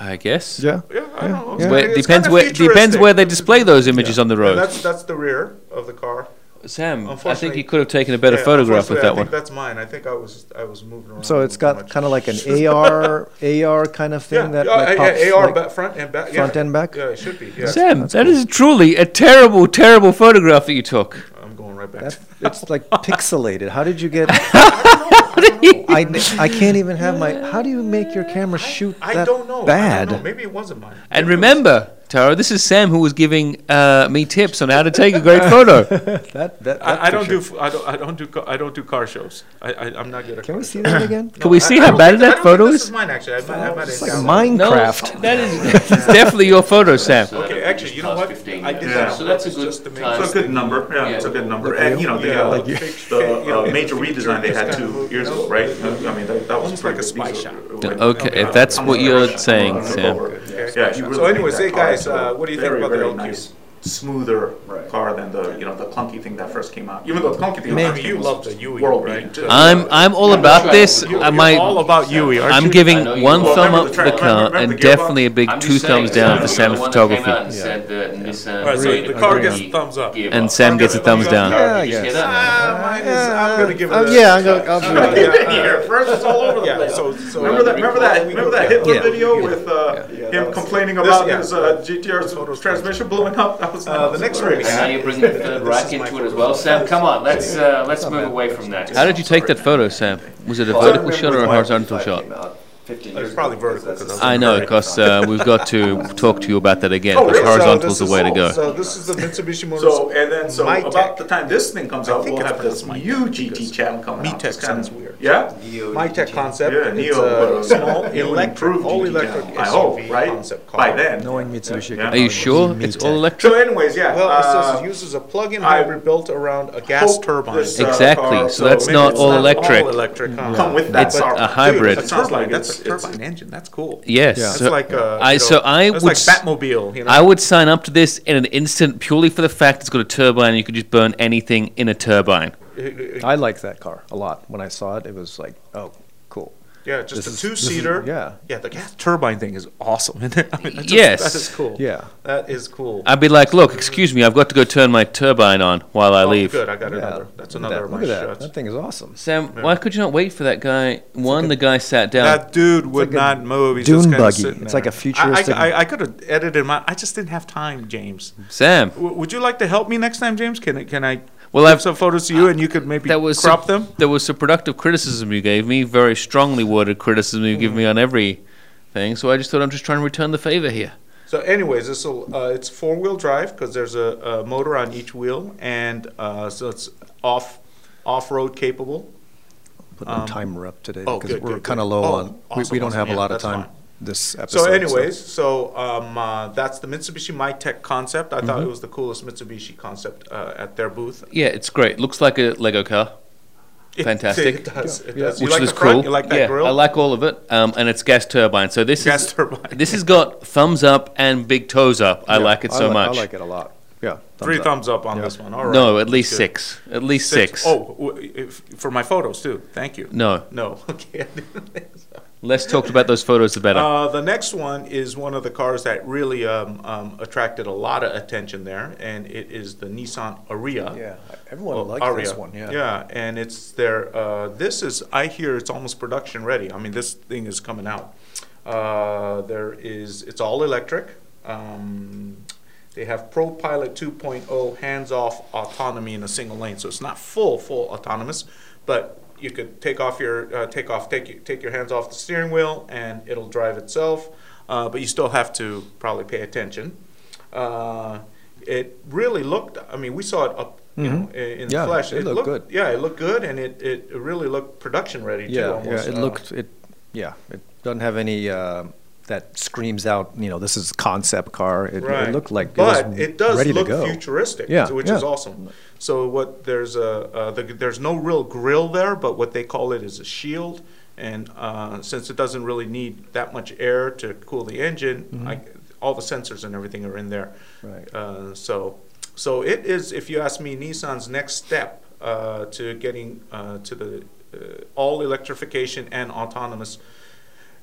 C: I guess.
D: Yeah.
B: Yeah, I don't know.
D: Yeah.
C: Where-
B: It's
C: depends
B: kinda
C: where depends
B: futuristic.
C: where they display those images on the
B: And
C: road.
B: that's that's the rear of the car.
C: Sam, I think
B: unfortunately-
C: you could have taken a better
B: Yeah,
C: photograph with
B: unfortunately, I think
C: that one.
B: That's mine. I think I was I was moving around.
D: So it's
B: a little
D: got
B: too
D: kind of
B: much.
D: like an AR AR kind of thing
B: yeah,
D: that
B: yeah,
D: like,
B: yeah,
D: pops,
B: AR
D: like-
B: back, front and back. yeah.
D: front and back?
B: Yeah, it should be. Yeah,
C: Sam, that is truly a terrible, terrible photograph that you took.
B: I'm going right back.
D: That's,
B: to-
D: it's like pixelated. How did you get? I, I can't even have my. How do you make your camera shoot
B: I
D: that
B: don't know. I
D: bad?
B: don't know. Maybe it wasn't mine.
C: And
B: Maybe it was-
C: remember, Tara, this is Sam who was giving uh, me tips on how to take a great photo.
D: that, that, that
B: I, I don't
D: picture.
B: do f- I don't I don't do ca- I don't do car shows. I, I I'm not good at.
D: Can
B: car
D: we
B: shows.
D: see that again?
C: Can we
B: I-
C: see
B: I
C: how
B: don't
C: bad
B: think- I
C: that
B: don't
C: photo
B: think This
C: is?
B: is mine actually. I might, I might
D: It's
B: have
D: like
B: downloaded.
C: No,
D: Minecraft.
C: that is it's definitely your photo, Sam.
B: Okay, actually, you know what? I did that.
E: So
B: that's
E: a good
B: Just to make
E: It's a good number, yeah, it's a good number, and you know, the, uh, the uh, major redesign they had two years ago, right? I mean, that, that was
B: Almost like a spy shot.
C: Okay, if that's what you're saying, Sam.
E: Yeah. you
B: So
E: really
B: anyways,
E: made that
B: hey, guys,
E: car into
B: uh,
E: a
B: what do you think
E: very,
B: about the
E: very
B: LQ?
E: nice, Smoother car than the, you know, the clunky thing that first came out, even though the clunky thing.
B: Maybe you love the Yui, right?
C: I'm I'm all about this.
B: You're,
C: I
B: you're
C: might.
B: all about Yui, aren't
C: I'm
B: you?
C: giving
F: I know you
C: one
F: will.
C: thumb up
E: Remember the
C: for the
E: track,
C: car
E: remember the
C: and
E: gearbox?
C: definitely a big
F: I'm
C: two
F: just saying,
C: thumbs down
F: Sam,
C: for
F: you're
C: Sam
F: the one that came
C: Photography.
F: out and said that Nissan
B: All right, so
F: really
B: the car gets
F: agreed.
B: thumbs up.
F: Give
C: And
F: up.
C: Sam gets a thumbs down.
D: Yeah, I
F: Just
D: guess.
F: get up.
B: Ah, mine is, I'm gonna give it
D: Uh,
B: a.
D: yeah, I'm gonna- I'll do it.
E: Here, first it's all over the
B: Yeah,
E: place.
B: so, so.
E: Remember that? Remember that? Remember that Hitler
D: Yeah.
E: video with uh,
B: that
E: him
B: was-
E: complaining
B: this-
E: about
B: yeah.
E: his uh, GTR's transmission blowing up? That was
B: Uh, the next rating.
F: And now you're bringing the third rack into it as well, Sam. Come on, let's uh, let's move away from that.
C: How did you take that photo, Sam? Was it a vertical shot or a horizontal shot?
B: It's probably vertical. 'cause was
C: I know,
B: very-
C: because uh, we've got to talk to you about that again.
E: Oh,
C: Because
E: really? So
C: horizontal's
B: So
C: the
B: this
C: way to
B: is-
C: go.
B: So this is the Mitsubishi Motors.
E: So and then so
B: My
E: about
B: tech.
E: the time this thing comes out,
B: think
E: we'll
B: it's
E: have this
B: pronounced
E: new GT channel coming out.
B: tech
E: It's kinda-
B: sounds weird.
E: Yeah.
B: My tech concept.
E: Yeah, uh,
B: it's
E: Neo,
B: a
E: but
B: small
E: you would
B: electric,
E: improve
B: all
E: GT
B: electric
E: channel, I hope,
B: SUV
E: right?
B: concept car.
E: By then.
D: Knowing Mitsubishi.
E: Yeah.
C: Are you sure it's all electric?
E: So anyways, yeah.
B: Well, it says
E: uh,
B: it uses a plug-in
E: I
B: hybrid built around a gas
E: hope
B: turbine.
E: this, uh,
C: Exactly,
E: car-
C: so that's
E: maybe
C: not
E: it's
C: all electric.
B: All electric. huh?
E: Come with that.
C: It's a
E: car. Dude,
C: hybrid.
E: that
B: It
E: sounds
B: sounds
E: like
B: like that's a
E: it's-
B: turbine engine. That's cool.
C: Yes.
D: Yeah.
B: That's
C: so-
B: like a.
C: I-
B: you
C: so
B: know,
C: I
B: that's
C: would
B: like
C: s-
B: Batmobile. You know.
C: I would sign up to this in an instant purely for the fact it's got a turbine and you can just burn anything in a turbine.
D: I liked that car a lot. When I saw it, it was like, oh, cool.
B: yeah, just
D: this
B: a
D: is-
B: two-seater.
D: this is- yeah.
B: Yeah, the gas turbine thing is awesome. Isn't it? I mean, that just-
C: Yes.
B: That is cool.
D: Yeah.
B: That is cool.
C: I'd be like, look, excuse me, I've got to go turn my turbine on while I
B: Oh,
C: leave.
B: Good. I got
D: Yeah.
B: another. That's
D: Look at
B: another
D: that.
B: of
D: Look
B: my
D: at that.
B: shots.
D: That thing is awesome.
C: Sam, why could you not wait for that guy? One, the guy sat down.
B: That dude would
D: like a
B: not move. He's just
D: Dune
B: kinda
D: buggy.
B: sitting
D: It's
B: there.
D: like a
B: I- I-
D: futuristic-
B: I, I, could have edited my. I just didn't have time, James.
C: Sam,
B: W- would you like to help me next time, James? Can I? Can I?
C: Well,
B: give
C: I've-
B: some photos to you, and you could maybe
C: that was
B: crop
C: some,
B: them.
C: There was some productive criticism you gave me, very strongly worded criticism you give me
B: Hmm.
C: on every thing. So I just thought I'm just trying to return the favor here.
B: So, anyways, this will uh, it's four wheel drive because there's a, a motor on each wheel, and uh, so it's off off road capable.
D: Put the timer up today
B: Um, oh,
D: because
B: good,
D: we're
B: good,
D: kind of
B: good.
D: low
B: Oh,
D: on. we,
B: awesome,
D: we don't
B: awesome.
D: have
B: Yeah,
D: a lot of
B: that's
D: time
B: fine.
D: this episode.
B: So, anyways, so um, uh, that's the Mitsubishi MyTech concept. I
C: Mm-hmm.
B: thought it was the coolest Mitsubishi concept uh, at their booth.
C: Yeah, it's great. Looks like a Lego car.
B: It-
C: Fantastic.
B: It does. It
D: Yeah.
B: does.
C: which
B: you like
C: is
B: the front?
C: cool.
B: You like that
C: yeah,
B: grill?
C: I like all of it, um, and it's gas turbine. So this
B: Gas
C: is
B: turbine.
C: this has got thumbs up and big toes up. I
D: Yeah,
C: like it so
D: li-
C: much.
D: I like it a lot. Yeah.
B: Three
D: up.
B: thumbs up on this one. All right.
C: no, at least
B: Good.
C: six. At least six.
B: Oh, w- if, for my photos too. Thank you.
C: No,
B: No. Okay. I didn't think so.
C: less talked about those photos, the better.
B: Uh, the next one is one of the cars that really um, um, attracted a lot of attention there, and it is the Nissan Ariya.
D: Yeah. Everyone
B: Well,
D: liked this one. Yeah.
B: yeah, and it's their. Uh, this is I hear it's almost production ready. I mean, this thing is coming out. Uh, there is it's all electric. Um, they have Pro Pilot 2.0 hands-off autonomy in a single lane, so it's not full full autonomous, but you could take off your uh, take off take you, take your hands off the steering wheel and it'll drive itself, uh, but you still have to probably pay attention. Uh, it really looked. I mean, we saw it up you know,
D: Mhm.
B: in in
D: Yeah,
B: the flesh.
D: it looked good.
B: Yeah, it looked good, and it, it really looked production ready too.
D: Yeah, yeah,
B: Almost.
D: it
B: uh,
D: looked it. Yeah, it doesn't have any uh, that screams out. You know, this is concept car. It,
B: Right.
D: it looked like
B: but
D: it, was
B: it does
D: ready
B: look
D: to go.
B: futuristic,
D: Yeah,
B: so- which
D: yeah.
B: is awesome. So what there's a uh, the, there's no real grill there, but what they call it is a shield, and uh, since it doesn't really need that much air to cool the engine, I, all the sensors and everything are in there.
D: Mm-hmm. Right.
B: Uh, so so it is, if you ask me, Nissan's next step uh, to getting uh, to the uh, all electrification and autonomous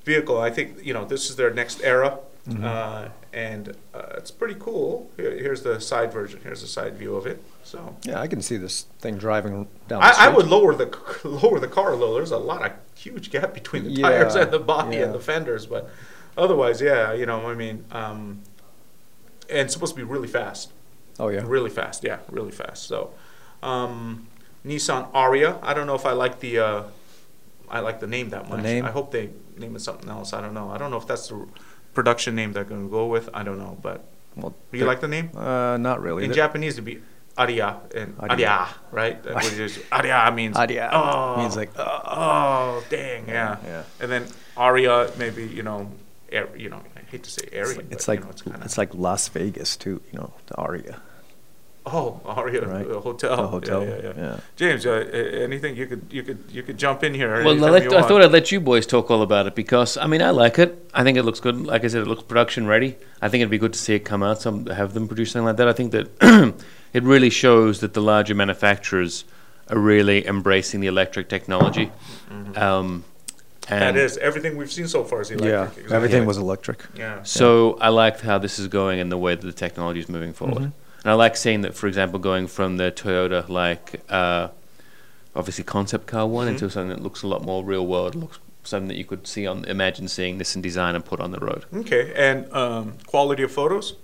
B: vehicle. I think you know this is their next era,
D: Mm-hmm.
B: uh, and uh, it's pretty cool. Here, here's the side version. Here's the side view of it. So
D: Yeah, I can see this thing driving down. the
B: I, I
D: street.
B: would lower the c- lower the car a little. There's a lot of huge gap between the tires
D: Yeah,
B: and the body
D: yeah.
B: and the fenders, but otherwise, yeah, you know, I mean, um, and it's supposed to be really fast.
D: Oh yeah.
B: Really fast, yeah, really fast. So, um, Nissan Aria. I don't know if I like the, uh, I like the name that much.
D: name?
B: I hope they name it something else. I don't know. I don't know if that's the production name they're going to go with. I don't know, but
D: Well,
B: do you like the name?
D: Uh, not really.
B: In
D: They're-
B: Japanese, it'd be Aria and
D: Aria.
B: Aria, right? That's what it is. Aria means
D: Aria
B: Oh,
D: means like,
B: oh, oh, dang, yeah.
D: yeah.
B: And then Aria, maybe you know, air, you know, I hate to say Aria,
D: it's like
B: but,
D: it's like,
B: you know, it's kind of
D: it's like Las Vegas too. You know, the Aria.
B: Oh, Aria
D: Right.
B: uh, Hotel.
D: The hotel,
B: Yeah, yeah, yeah.
D: yeah.
B: James, uh, a- anything you could you could you could jump in here.
C: Well,
B: anytime
C: I, let,
B: you
C: I
B: want.
C: thought I'd let you boys talk all about it because I mean I like it. I think it looks good. Like I said, it looks production ready. I think it'd be good to see it come out. Some have them produce something like that. I think that it really shows that the larger manufacturers are really embracing the electric technology. Um,
B: that
C: and
B: is everything we've seen so far is electric. exactly.
D: everything was electric.
B: Yeah.
C: So I liked how this is going and the way that the technology is moving forward. And I like seeing that, for example, going from the Toyota, like uh, obviously concept car one, into something that looks a lot more real world, looks something that you could see on, imagine seeing this in design and put on the road.
B: Okay, and um, quality of photos.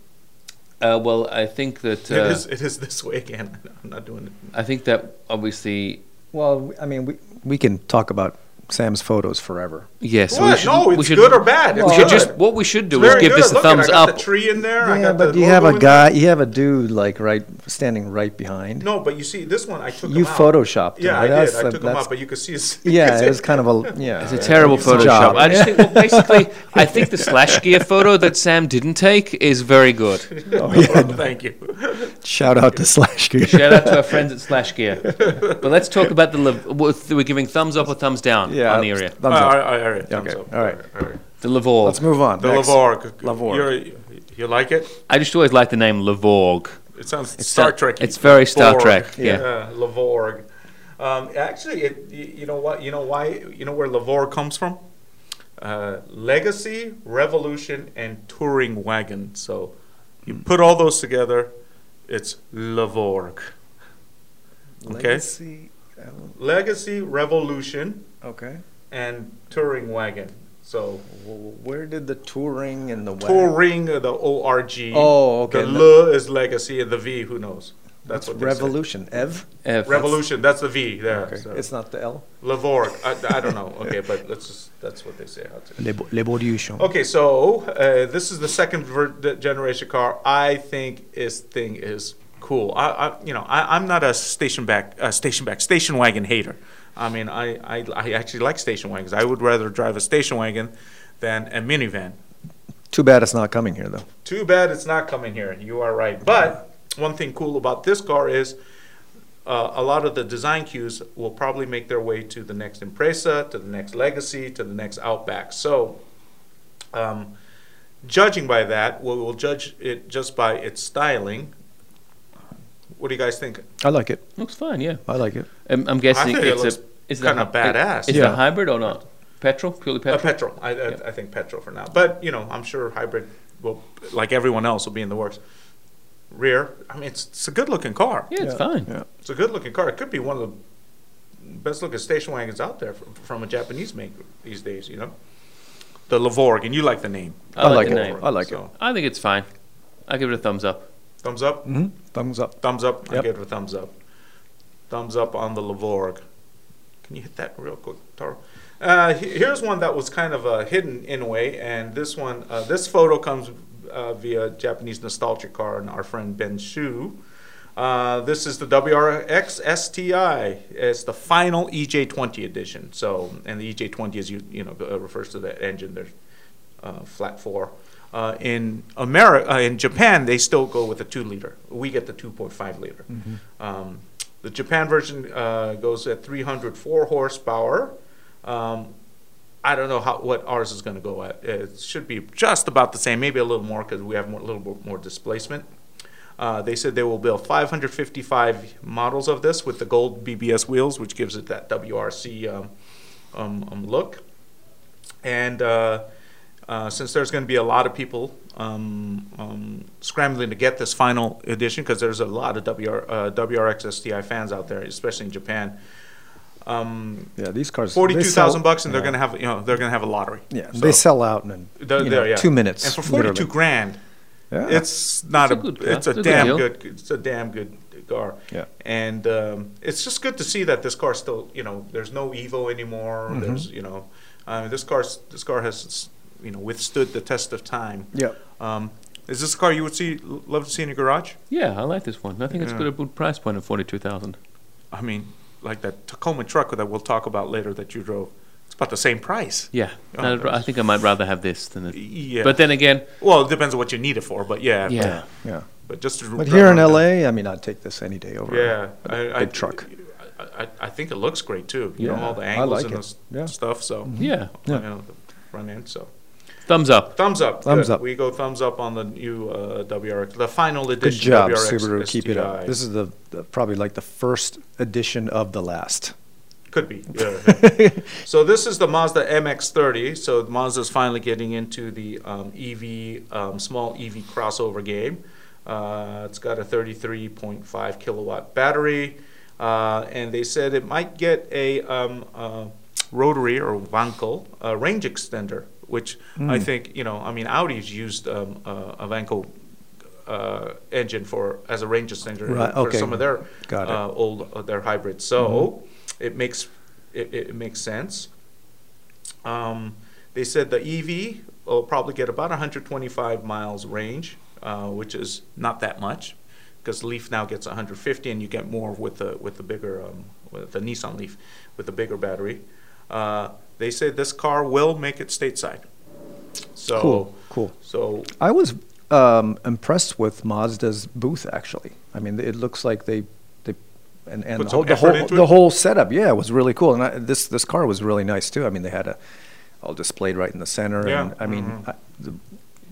C: Uh, well, I think that
B: it
C: uh,
B: is it is this way again. I'm not doing it.
C: I think that obviously
D: Well, we- I mean, we we can talk about Sam's photos forever.
C: yes.
B: What? no, it's good or bad.
C: We
B: It's
C: should
B: good.
C: just what we should do
B: It's
C: is
B: very
C: give
B: good.
C: this a
B: Look,
C: thumbs
B: I got
C: up.
B: The tree in there. I
D: yeah,
B: got
D: but
B: the
D: you have
B: logo
D: a
B: in there.
D: guy, you have a dude like right standing right behind.
B: No, but you see, this one I took.
D: You
B: him out.
D: photoshopped him,
B: Yeah,
D: but
B: I
D: that's-
B: did. I took him
D: that's-
B: out, but you could see his.
D: Yeah, it was kind of a yeah.
C: It's a terrible
D: a
C: Photoshop.
D: job.
C: I just think, well, basically, I think the slash gear photo that Sam didn't take is very good.
B: Thank you.
D: Oh, Shout out to Slash Gear.
C: Shout out to our friends at Slash Gear. But let's talk about the Liv- what- we're giving thumbs up or thumbs down
D: yeah,
C: on the area.
D: thumbs
B: all
D: up.
B: right, all right, all right. thumbs
D: Okay,
B: up.
D: all right.
C: The Lavorg.
D: Let's move on.
B: The
D: Next.
B: Lavorg.
D: Lavorg.
B: You're, you like it?
C: I just always like the name Lavorg.
B: It sounds
C: It's
B: Star
C: so-
B: Trek.
C: it's very Star Trek, yeah.
B: Lavorg. Um, actually, it, you, you know what? You know why? You know where Lavorg comes from? Uh, legacy, revolution, and touring wagon. So you put all those together, it's Lavorg. Okay.
D: Legacy, um,
B: Legacy, revolution,
D: Okay.
B: and touring wagon. So
D: Well, where did the touring and the wagon-
B: touring, uh, the O R G.
D: Oh, okay.
B: The L is legacy, and the V, who knows? That's what they say.
D: revolution? Ev.
C: Uh,
B: Revolution. That's the V there.
D: Okay.
B: so.
D: It's not the L.
B: Lavorg. I, I don't know. Okay, but let's just, that's what they say. out there.
D: L'evolution.
B: Okay, so uh, this is the second ver- the generation car. I think this thing is cool. I, I you know, I, I'm not a station back, uh, station back, station wagon hater. I mean, I, I, I actually like station wagons. I would rather drive a station wagon than a minivan.
D: Too bad it's not coming here though.
B: Too bad it's not coming here. You are right. But one thing cool about this car is uh, a lot of the design cues will probably make their way to the next Impresa, to the next Legacy, to the next Outback. So, um, judging by that, we will judge it just by its styling. What do you guys think? Uh,
D: I like it.
C: Looks fine, yeah. Um,
D: I like it.
C: I'm, I'm guessing
B: I think it
C: it's
B: looks
C: a. Is it
B: kinda
C: a hy-
B: badass.
C: Is it
D: Yeah.
C: a hybrid or not? Petrol? Purely
B: Uh,
C: petrol?
B: petrol. I, I, I think petrol for now. But you know, I'm sure hybrid will, like everyone else, will be in the works. Rear. I mean, it's, it's a good-looking car.
C: yeah, it's
D: Yeah.
C: fine.
D: Yeah.
B: It's a good-looking car. It could be one of the best-looking station wagons out there from, from a Japanese maker these days. You know, the Lavorg, and you like the name.
C: I, like the name.
D: I like
B: So,
C: I think it's fine. I give it a thumbs up.
B: Thumbs up.
D: it. hmm Thumbs up.
B: Thumbs up. I
D: Yep.
B: give it a thumbs up. Thumbs up on the Lavorg. Can you hit that real quick, Taro? Uh, he- here's one that was kind of uh, hidden in a way, and this one, uh, this photo comes uh, via Japanese nostalgia car and our friend Ben Shu. Uh, this is the WRX STI. It's the final EJ20 edition. So, and the E EJ20 is you you know uh, refers to that engine. There's uh, flat four. Uh, in America, uh, in Japan, they still go with a two liter. We get the 2.5 liter. Um, the Japan version uh, goes at 304 horsepower. Um, I don't know how what ours is going to go at. It should be just about the same, maybe a little more because we have more, a little bit more displacement. Uh, they said they will build 555 models of this with the gold BBS wheels, which gives it that WRC um, um, um, look. And uh, uh, since there's going to be a lot of people um, um, scrambling to get this final edition, because there's a lot of WR, uh, WRX STI fans out there, especially in Japan, um,
D: Yeah, these cars. they sell-
B: forty-two thousand bucks, and they're
D: yeah.
B: going to have you know they're going to have a lottery.
D: Yeah,
B: So,
D: they sell out in
B: they're-
D: you know,
B: they're- yeah.
D: two minutes.
B: and for forty-two
D: literally.
B: grand,
D: Yeah.
B: it's not
C: It's
B: a,
C: a good car.
B: it's a,
C: It's a good
B: damn
C: deal.
B: good it's a damn good car.
D: Yeah.
B: And um, it's just good to see that this car still you know there's no Evo anymore.
C: Mm-hmm.
B: There's you know uh, this car this car has you know withstood the test of time.
D: Yep.
B: Um, is this a car you would see love to see in your garage?
C: Yeah, I like this one. I think it's
B: Yeah.
C: got a good price point of forty-two thousand.
B: I mean, like that Tacoma truck that we'll talk about later that you drove. It's about the same price.
C: Yeah,
B: Oh,
C: I'd- I
B: that's-
C: think I might rather have this than it.
B: Yeah.
C: But then again,
B: Well, it depends on what you need it for, but yeah.
C: yeah,
D: Yeah.
B: But just to
D: But here in
B: drive around-
D: LA, I mean, I'd take this any day over.
B: Yeah,
D: a
B: I- I-
D: big truck.
B: I, I, I think it looks great too. You know
D: Yeah,
B: all the
D: I
B: angles
D: like
B: and
D: it.
B: this
D: Yeah. Mm-hmm.
B: stuff. So
C: yeah.
D: Yeah.
B: you know, the front end. So
C: Thumbs up.
B: thumbs up.
D: Thumbs
B: good.
D: up.
B: We go thumbs up on the new uh, WRX, the final
D: Good
B: edition.
D: job,
B: WRX
D: Subaru. Keep it up.
B: STI.
D: This is the, the probably like the first edition of the last.
B: Could be. yeah. so this is the Mazda MX-30. So Mazda's finally getting into the um, EV, um, small EV crossover game. Uh, it's got a 33.5 kilowatt battery, uh, and they said it might get a um, uh, rotary or Wankel uh, range extender, which I
D: Hmm.
B: think you know. I mean, Audi's used um, uh, a Wankel. Uh, engine for as a range extender
D: Right,
B: for
D: okay.
B: some of their
D: Got it. Mm-hmm.
B: uh, old uh, their hybrids. So it makes it, it makes sense. Um, they said the EV will probably get about 125 miles range, uh, which is not that much, because Leaf now gets 150, and you get more with the with the bigger um, with the Nissan Leaf with the bigger battery. Uh, they said this car will make it stateside. So
D: Cool, cool.
B: So
D: I was um, impressed with Mazda's booth actually. I mean, it looks like they they and, and
B: Put
D: the
B: some
D: whole the
B: effort
D: whole,
B: into
D: the
B: it?
D: whole setup. Yeah, was really cool. And I, this this car was really nice too. I mean, they had a all displayed right in the center.
B: Yeah. Mm-hmm.
D: And, I mean, I, the,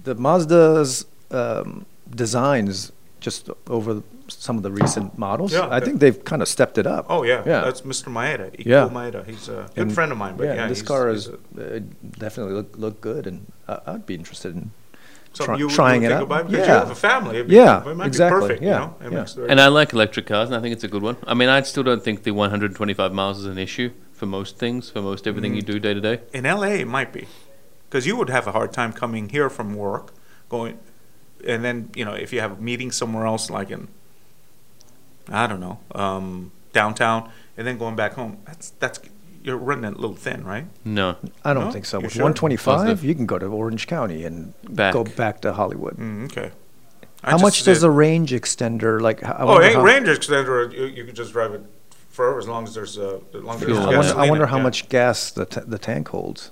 D: the Mazda's um, designs just over some of the recent models.
B: Yeah,
D: I
B: that-
D: think they've kind of stepped it up.
B: oh yeah,
D: yeah.
B: that's Mr. Maeda. Iko
D: Yeah.
B: Maeda. He's a good
D: And-
B: friend of mine. But yeah,
D: and this
B: he's-
D: car
B: he's
D: is
B: a-
D: uh, definitely look look good, and I, I'd be interested in
B: something
D: try-
B: you,
D: trying
B: you
D: it
B: think
D: out.
B: about because you
D: Yeah.
B: have a family. It'd be,
D: Yeah,
B: it might
D: exactly,
B: be perfect.
D: yeah,
B: you know?
D: yeah.
B: makes very-
C: And I like electric cars, and I think it's a good one. I mean, I still don't think the 125 miles is an issue for most things, for most everything
B: Mm.
C: you do day to day.
B: in LA, it might be because you would have a hard time coming here from work, going, and then you know if you have a meeting somewhere else, like in, I don't know, um, downtown, and then going back home. That's that's you're running a little thin, right?
C: No.
D: I don't
B: No?
D: think so.
B: You
D: With
B: sure?
D: 125,
C: Positive.
D: you can go to Orange County and
C: Back.
D: go back to Hollywood.
B: Mm, okay. I
D: How
B: just
D: much does
B: did-
D: a range extender like? I
B: oh
D: wonder
B: hey,
D: how-
B: Ranger extender? You, you could just drive it forever as long as there's uh, as long as
C: Fuel.
B: there's
D: I
C: Yeah,
D: wonder,
B: gasoline
D: I
B: in
D: wonder
B: it,
D: how
B: yeah.
D: much gas the, t- the tank holds.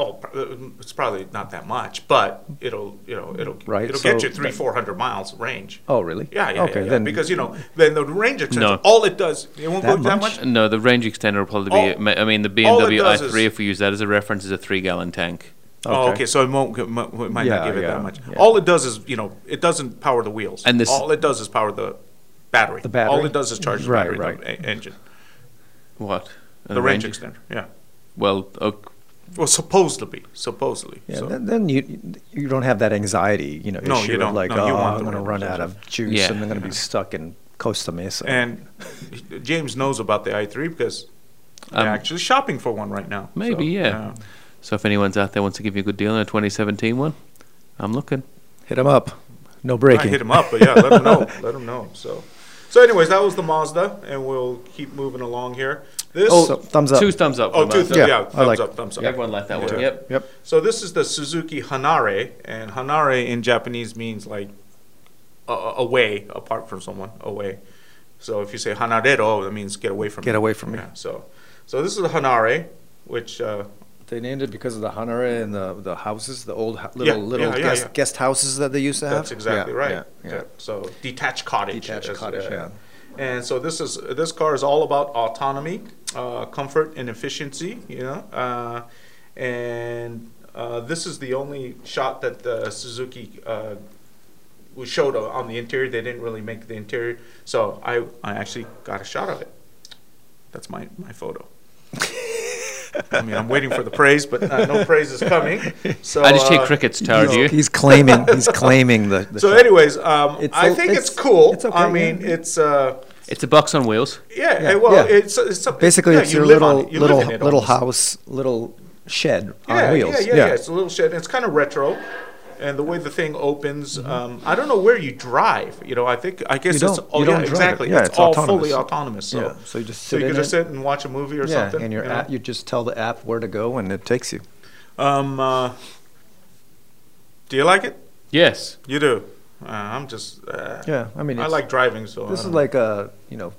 B: Oh, pr- uh, it's probably not that much, but it'll you know it'll
D: Right,
B: it'll
D: so
B: get you three
D: that-
B: four hundred miles range.
D: Oh, really?
B: Yeah, yeah,
D: Okay,
B: yeah, yeah.
D: then
B: because you know then the range extender
C: No.
B: all it does it won't
D: That
B: go that
D: much?
B: much.
C: No, the range extender will probably be.
B: All-
C: I mean, the
B: all it
C: BMW
B: does
C: i3,
B: is-
C: if we use that as a reference, is a three-gallon tank.
B: Oh,
D: Okay.
B: okay, so it won't go- mu- it might
D: Yeah,
B: not give it
D: yeah,
B: that much.
D: yeah.
B: All it does is you know it doesn't power the wheels.
C: And this-
B: all it does is power the battery.
D: The battery?
B: All it does is charge the
D: Right,
B: battery,
D: right.
B: the e- engine,
C: What? A
B: the range, extender. Yeah.
C: Well, oh, ok-
B: Well, supposedly, supposedly.
D: Yeah,
B: so.
D: then, then you you don't have that anxiety, you know,
B: No,
D: issue
B: you don't.
D: of like,
B: No, you
D: oh,
B: want the
D: I'm going to
B: range
D: run out
B: extender.
D: of juice
C: Yeah.
D: and I'm going to be stuck in Costa Mesa.
B: and James knows about the i3 because they're
C: Um,
B: actually shopping for one right now.
C: maybe,
B: so,
C: yeah. So if anyone's out there wants to give you a good deal on a 2017 one, I'm looking.
D: hit him up, no
B: I
D: braking.
B: hit him up, but yeah, let him know. Let him know. So, So, anyways, that was the Mazda, and we'll keep moving along here. This,
D: Oh, So, thumbs up.
C: Two thumbs up.
B: oh,
C: for
B: two,
C: Mazda.
B: yeah,
D: Yeah, I
B: thumbs
D: like-
B: up, thumbs up.
C: Everyone liked that one.
B: Yeah.
C: Yep.
D: Yep.
B: So this is the Suzuki Hanare, and Hanare in Japanese means like a- a- away, apart from someone, away. So if you say Hanarero, that means get away from
D: Get
B: me.
D: away from me.
B: Yeah, so, so this is a Hanare, which uh,
D: They named it because of the Hanare and the, the houses, the old hou-
B: Yeah,
D: little little
B: yeah, yeah,
D: guest,
B: yeah.
D: guest houses that they used to have.
B: that's exactly
D: Yeah,
B: right.
D: yeah, yeah.
B: So detached cottage.
D: Detached
B: as,
D: cottage, yeah.
B: And so this is this car is all about autonomy, uh, comfort, and efficiency. You know, uh, and uh, this is the only shot that the Suzuki uh, we showed o- on the interior. They didn't really make the interior, so I I actually got a shot of it. That's my my photo. I mean, I'm waiting for the praise, but uh, no praise is coming. So
C: I just take
B: uh,
C: crickets, Tara. Do you?
D: He's claiming. He's claiming the. the
B: so,
D: shot.
B: anyways, um,
D: It's
B: I
D: a-
B: think it's,
D: it's-
B: cool.
D: it's okay,
B: I mean,
D: yeah.
B: it's uh,
C: It's a box on wheels.
B: yeah.
D: Yeah,
B: Well,
D: yeah.
B: it's it's something.
D: basically
B: yeah,
D: it's
B: you
D: your
B: live on
D: little
B: it. You live
D: little
B: in it
D: little
B: almost.
D: house, little shed
B: Yeah,
D: on wheels.
B: Yeah, yeah, yeah. It's a little shed. It's kind of retro, and the way the thing opens. Um, I don't know where you drive. You know, I think I guess
D: Mm-hmm. You don't-
B: it's oh
D: you don't
B: yeah,
D: drive it.
B: exactly.
D: Yeah,
B: it's,
D: it's
B: all
D: autonomous.
B: fully autonomous. So
D: Yeah, so you just
B: so
D: sit
B: you
D: in
B: can just
D: it.
B: sit and watch a movie or
D: Yeah,
B: something.
D: and your
B: you know?
D: app, you just tell the app where to go and it takes you.
B: um, uh, do you like it?
C: Yes.
B: You do. Uh, I'm just. Uh,
D: Yeah, I mean,
B: I
D: it's-
B: like driving, so I
D: This is
B: don't-
D: like a you know,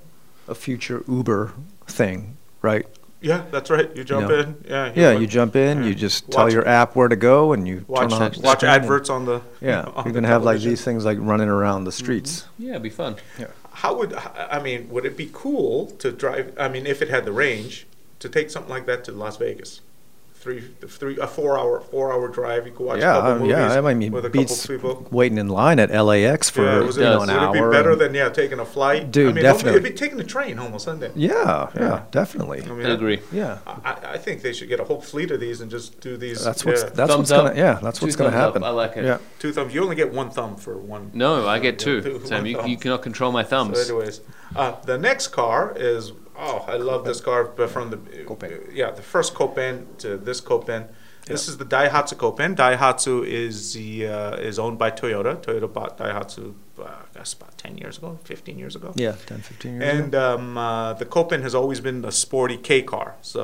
D: a future Uber thing, right?
B: Yeah, that's right. You jump
D: know.
B: in. Yeah.
D: Yeah,
B: put-
D: you jump in,
B: yeah.
D: you just
B: Watch-
D: tell your app where to go, and you
B: watch
D: turn on the
B: watch
D: screen and-
B: adverts on the
D: Yeah,
B: on
D: you
B: the
D: can have
B: television.
D: like
B: Mm-hmm.
D: these things like running around the streets.
C: Yeah, it'd be fun.
B: How would I mean? Would it be cool to drive? I mean, if it had the range, to take something like that to Las Vegas, three three a four hour four hour drive. You could watch a
D: Yeah,
B: couple
D: I-
B: movies
D: yeah, I mean,
B: with a
D: beats
B: couple people.
D: waiting in line at LAX for
B: Yeah, was
D: you
B: it,
D: know
B: would
D: an
B: it
D: hour.
B: be better
D: and-
B: than yeah taking a flight? I
D: Dude,
B: mean,
D: definitely.
B: It'd be taking the train almost, isn't it?
D: yeah, yeah, definitely.
B: I mean,
C: I agree.
D: Yeah,
B: I, I- I think they should get a whole fleet of these and just do these.
D: that's what's
B: yeah,
D: that's
C: Thumbs
D: what's gonna
C: up.
D: yeah that's
C: Two
D: what's gonna
C: thumbs up.
D: happen.
C: I like it.
D: Yeah,
B: two thumbs. You only get one thumb for one.
C: No, I get two.
B: Two-
C: Sam,
B: one
C: you,
B: thumb.
C: you cannot control my thumbs.
B: So, anyways, uh, the next car is oh, I love this car, but from the
D: Copan.
B: yeah, the first Copan to this Copan. This is the Daihatsu Copan. Daihatsu is the uh, is owned by Toyota. Toyota bought Daihatsu, uh, I guess, about ten years ago, fifteen years ago.
D: yeah, 10, 15 years. ago.
B: And um, uh, the Copan has always been a sporty K car. So,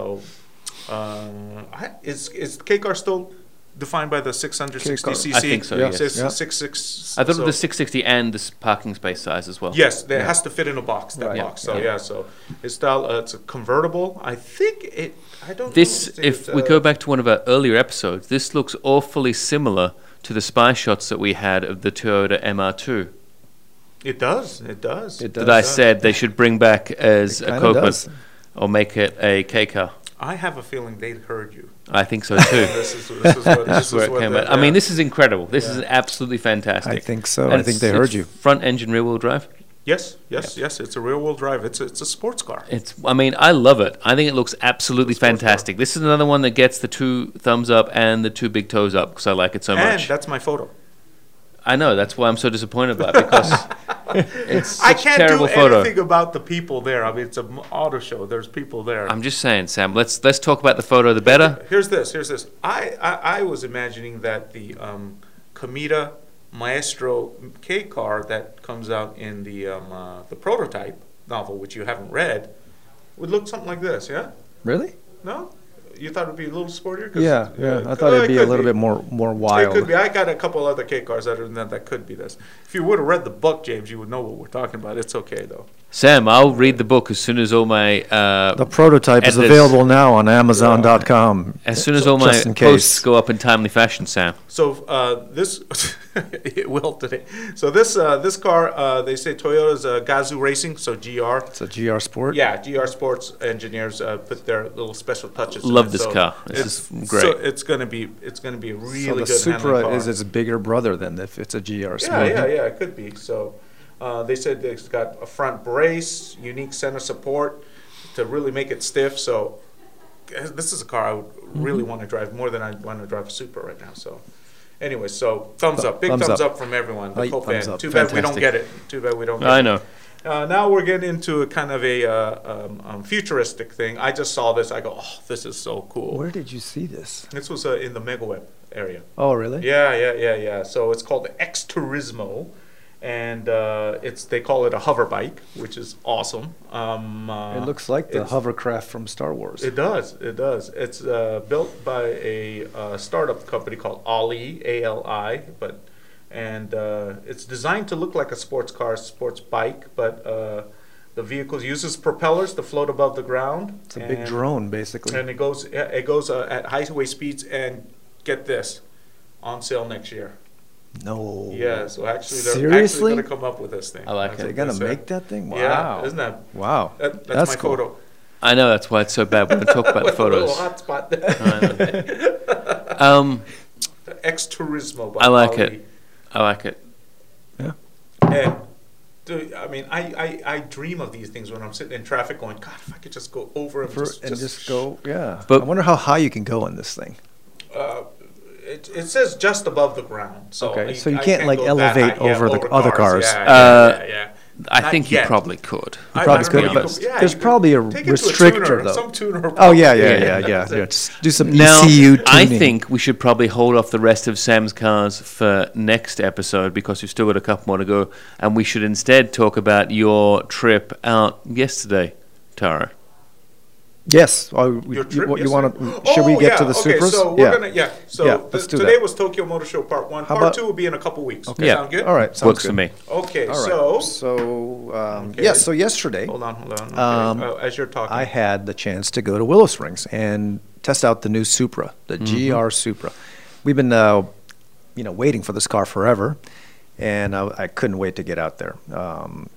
B: um, I, is is K car still defined by the 660
D: K
B: cc?
C: car. I think so, yes.
B: Six-
D: Yeah.
B: six- six-
C: I thought
B: so-
C: of the 660 and the s- parking space size as well.
B: Yes, it has to fit in a box. That
D: Right.
B: box. So
C: Yeah.
B: yeah. so it's style. Uh, it's a convertible. I think it. I don't.
C: This,
B: know
C: if
B: it,
C: we
B: uh,
C: go back to one of our earlier episodes, this looks awfully similar to the spy shots that we had of the Toyota MR2
B: it does. It does.
D: It
C: that
D: does.
C: I said they should bring back as
D: It
C: a
D: kinda
C: Copan
D: does.
C: or make it a K car.
B: I have a feeling they heard you.
C: I think so too.
B: This is this is what, this
C: That's
B: is
C: where it
B: what
C: came
B: the-
C: out. I mean,
B: yeah.
C: this is incredible. This is absolutely fantastic.
D: I think so.
C: And
D: I think
C: it's-
D: they heard
C: it's
D: you.
C: Front engine, rear wheel drive.
B: Yes, yes, yes. It's a rear-wheel drive. It's a, it's a sports car.
C: It's. I mean, I love it. I think it looks absolutely fantastic. This is another one that gets the two thumbs up and the two big toes up because I like it so
B: and
C: much.
B: that's my photo.
C: I know that's why I'm so disappointed by it because it's such
B: I can't
C: a terrible
B: do
C: photo.
B: anything about the people there. I mean, it's an auto show. There's people there.
C: I'm just saying, Sam. Let's let's talk about the photo. The better.
B: Here's this. Here's this. I, I, I was imagining that the um, Comita Maestro K car that comes out in the um, uh, the prototype novel, which you haven't read, would look something like this. Yeah.
D: Really?
B: No. You thought it would be a little sportier? 'Cause,
D: Yeah, yeah. I
B: it
D: thought
B: could-
D: it'd be
B: Oh, it
D: a
B: could
D: little bit more more
B: It
D: wild.
B: could be. I got a couple other K cars other than that that could be this. If you would have read the book, James, you would know what we're talking about. It's okay though.
C: Sam, I'll read the book as soon as all my uh,
D: The prototype is
C: Editors.
D: available now on Amazon.com.
C: as soon as all my
D: just in case.
C: posts go up in timely fashion, Sam.
B: So uh, this it will today. So this uh, this car uh, they say Toyota's uh, Gazoo Racing, so GR.
D: It's a GR Sport.
B: Yeah, GR Sports engineers uh, put their little special touches. in
C: Love
B: it,
C: this
B: so
C: car. This
B: it's-
C: is great.
B: So it's gonna be it's gonna be a really
D: so the
B: good handling
D: Supra
B: car.
D: is its bigger brother then if it's a GR Sport.
B: yeah, yeah, yeah. It could be. So uh, they said it's got a front brace, unique center support to really make it stiff. So eh, this is a car I would
D: Mm-hmm.
B: really want to drive more than I want to drive a Supra right now. So. Anyway, so thumbs up, big thumbs,
D: Thumbs
B: up.
D: up.
B: from everyone. The
D: Right,
B: Copan.
D: thumbs up.
B: Too bad we don't
D: Fantastic.
B: get it. Too bad we don't. Get
C: I
B: it.
C: know.
B: Uh, now we're getting into a kind of a uh, um, um, futuristic thing. I just saw this. I go, oh, this is so cool.
D: Where did you see this?
B: This was uh, in the MegaWeb area.
D: Oh, really?
B: Yeah, yeah, yeah, yeah. So it's called X Turismo, and uh, it's they call it a hover bike, which is awesome. Um, uh,
D: It looks like the
B: it's-
D: hovercraft from Star Wars.
B: It does. It does. It's uh, built by a uh, startup company called Ali A L I, but and uh, it's designed to look like a sports car, sports bike, but uh, the vehicle uses propellers to float above the ground.
D: It's a big
B: and-
D: drone, basically.
B: and it goes it goes uh, at highway speeds and get this on sale next year.
D: No.
B: Yeah, so actually they're
D: Seriously?
B: actually going to come up with this thing.
C: I like
B: That's
C: it.
D: They're
B: what
D: gonna
B: said.
D: make that thing? Wow.
B: Yeah, isn't that?
D: Wow.
B: that that's, my
D: cool.
B: photo.
C: I know that's why it's so bad. We don't talk about
B: With a little
C: photos.
B: hot spot there.
C: Um,
B: Ex Turismo. by
C: I like
B: Ali.
C: it. I like it.
B: And dude, I mean, I, I, I dream of these things when I'm sitting in traffic, going, God, if I could just go over and
D: For,
B: just,
D: and just go, yeah.
C: But-
D: I wonder how high you can go on this thing.
B: Uh, it, it says just above the ground, so
D: Okay,
B: I-
D: so you
B: I
D: can't, like,
B: go that
D: elevate
B: high, yeah,
D: over the other cars.
B: Yeah,
C: Uh,
B: yeah, yeah, yeah.
C: I
B: Not
C: think
B: yet.
C: you probably could.
B: I- I
D: probably
B: don't
D: could,
B: know, you
D: but
B: could- yeah,
D: there's
B: you could
D: probably a
B: take it to
D: restrictor,
B: tuner,
D: though.
B: Some tuner.
D: Oh yeah, yeah,
C: Yeah.
D: yeah, yeah. yeah,
B: That's it.
D: Just do some
C: Now,
B: E
D: ECU tuning.
C: I think we should probably hold off the rest of Sam's cars for next episode because we've still got a couple more to go, and we should instead talk about your trip out yesterday, Taro.
D: yes. Oh, you,
B: Your trip
D: what you want
B: yesterday?
D: to? Should we
B: Oh,
D: get
B: yeah,
D: to the
B: okay,
D: supers?
B: So we're gonna yeah. So
D: Yeah,
B: th-
D: let's do
B: today
D: that.
B: was Tokyo Motor Show Part One.
D: How
B: part
D: about-
B: Two will be in a couple weeks.
C: Yeah.
B: Sound good?
D: All right. Sounds
C: Works
D: good.
C: for me.
B: Okay.
D: All right.
B: So
D: so um,
B: Okay.
D: yes. so yesterday,
B: hold on, hold on. Okay.
D: Um,
B: oh, as you're talking,
D: I had the chance to go to Willow Springs and test out the new Supra, the
C: Mm-hmm.
D: GR Supra. We've been, uh, you know, waiting for this car forever, and I, I couldn't wait to get out there. Um,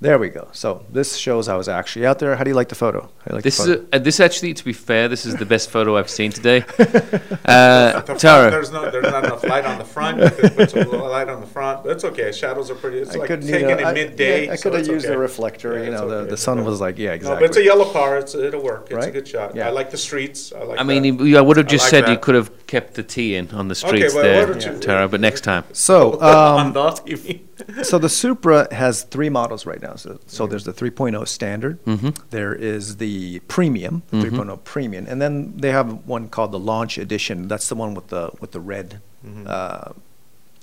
D: there we go. So this shows I was actually out there. How do you like the photo? How do you like
C: This
D: the
C: is
D: photo?
C: a, uh, this actually, to be fair, this is the best photo I've seen today. Uh,
B: The front,
C: Taro,
B: There's no, there's not enough light on the front. You could put some light on the front. That's okay. Shadows are pretty. It's like
D: couldn't
B: taken
D: either-
B: in
D: I-
B: midday.
D: yeah, I
B: so
D: could have
B: it's
D: used
B: okay.
D: a reflector.
B: Yeah,
D: you
B: it's
D: know,
B: okay,
D: the, the
B: it's
D: sun
B: okay.
D: was like, yeah, exactly.
B: No, but it's a yellow car. It's, it'll work. It's a
D: Right?
B: good shot.
D: Yeah.
B: I like the streets. I like.
C: I mean,
B: that.
C: you- I would have
B: I
C: just
B: like
C: said
B: that.
C: you could have kept the T in on the
B: Okay,
C: streets
B: well, why
C: there,
B: don't you-
C: Taro, but next time.
D: so
B: On
D: um,
B: that, you mean?
D: so the Supra has three models right now. So, so there's the 3.0 standard.
B: Mm-hmm.
D: There is the premium, the 3.0 premium, and then they have one called the launch edition. That's the one with the with the red
B: Mm-hmm.
D: uh,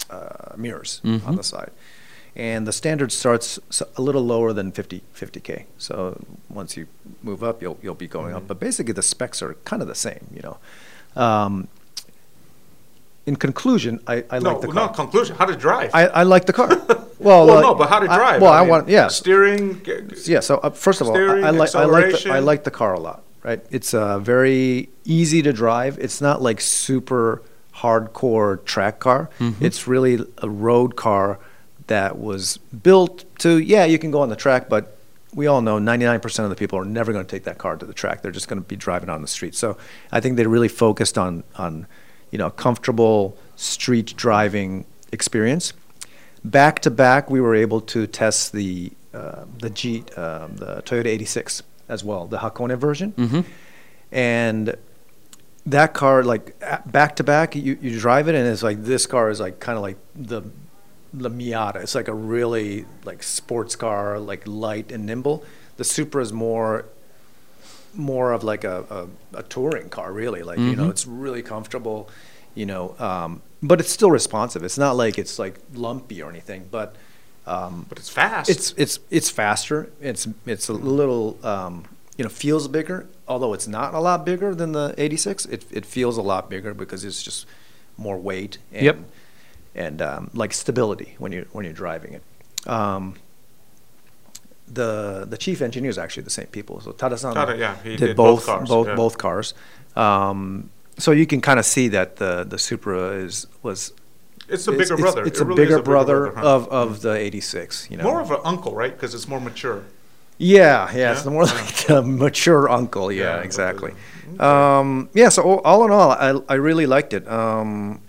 D: uh, mirrors on the side. And the standard starts s- a little lower than 50 50k. So once you move up, you'll you'll be going
B: Mm-hmm.
D: up. But basically, the specs are kind of the same. You know. Um, in conclusion, I, I
B: no,
D: like the
B: no
D: car.
B: conclusion. How to drive?
D: I, I like the car. Well,
B: well,
D: like-
B: no, but how to
D: I-
B: drive?
D: well, I,
B: mean,
D: want yeah,
B: Steering. g-
D: yeah. So uh, first of all, I,
B: steering,
D: I like I like the, I
B: acceleration.
D: like the car a lot. Right? It's uh, very easy to drive. It's not like super hardcore track car. It's really a road car that was built to yeah, you can go on the track, but we all know 99% of the people are never going to take that car to the track. They're just going to be driving on the street. So I think they really focused on on you know comfortable street driving experience back to back, we were able to test the uh, the G, um, the Toyota 86 as well, the Hakone version, and that car like a- back to back, you, you drive it and it's like this car is like kind of like the the Miata. It's like a really like sports car, like light and nimble. The Supra is more more of like a, a, a touring car, really. Like you know, it's really comfortable, you know, um, but it's still responsive. It's not like it's like lumpy or anything, but
B: But it's fast.
D: it's it's it's faster. It's it's a little um, you know feels bigger, although it's not a lot bigger than the 86. It it feels a lot bigger because it's just more weight and
C: Yep.
D: and um, like stability when you when you're driving it. Um, the the chief engineer is actually the same people. So Tada-san
B: Tada, yeah, he
D: did,
B: did both
D: both
B: cars,
D: both
B: yeah.
D: both cars. Um, so you can kind of see that the the Supra is was
B: It's the bigger brother.
D: It's,
B: It
D: a,
B: really is
D: bigger
B: a bigger
D: brother uh,
B: brother, huh?
D: of of the 86. You know,
B: more of an uncle, right? Because it's more mature.
D: yeah, yeah, it's
B: Yeah?
D: more like a mature uncle. Yeah,
B: Yeah,
D: exactly. Um, yeah, so all, all in all, I, I really liked it. Um,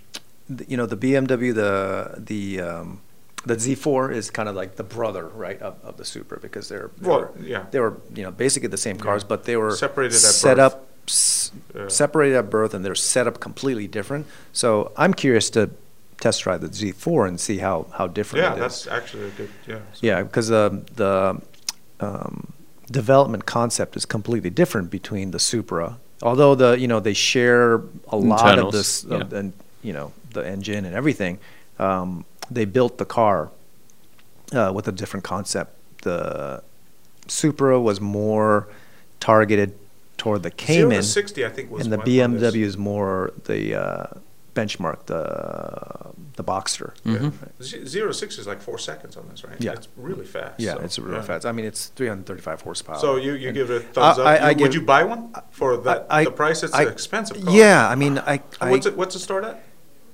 D: th- you know, the BMW, the the um, the Z4 is kind of like the brother, right, of, of the Supra because they're they
B: Well,
D: were,
B: yeah.
D: they were you know basically the same cars, but they were
B: Separated at
D: set
B: birth.
D: up s-
B: Yeah.
D: separated at birth, and they're set up completely different. So I'm curious to test drive the Z4 and see how how different.
B: Yeah,
D: it is.
B: that's actually a good. Yeah. so-
D: Yeah, because the the um, development concept is completely different between the Supra, although the you know they share a lot of
C: Internals,
D: this uh,
C: yeah.
D: and you know the engine and everything. Um, they built the car uh, with a different concept. The Supra was more targeted toward the
B: Zero to
D: Cayman,
B: sixty, I think, was
D: and the
B: my mother's.
D: BMW is more the uh, benchmark, the the Boxster.
B: Z- Zero to sixty is like four seconds on this, right?
D: Yeah.
B: it's really fast.
D: Yeah,
B: so,
D: it's real
B: yeah.
D: fast. I mean, it's 335 horsepower.
B: So you, you
D: And
B: give it a thumbs
D: I-
B: up.
D: I-
B: You-
D: I
B: would
D: give-
B: you buy one for that?
D: I- I-
B: the price it's
D: I-
B: an expensive. Car.
D: Yeah, I mean, I, I
B: What's it? What's it start at?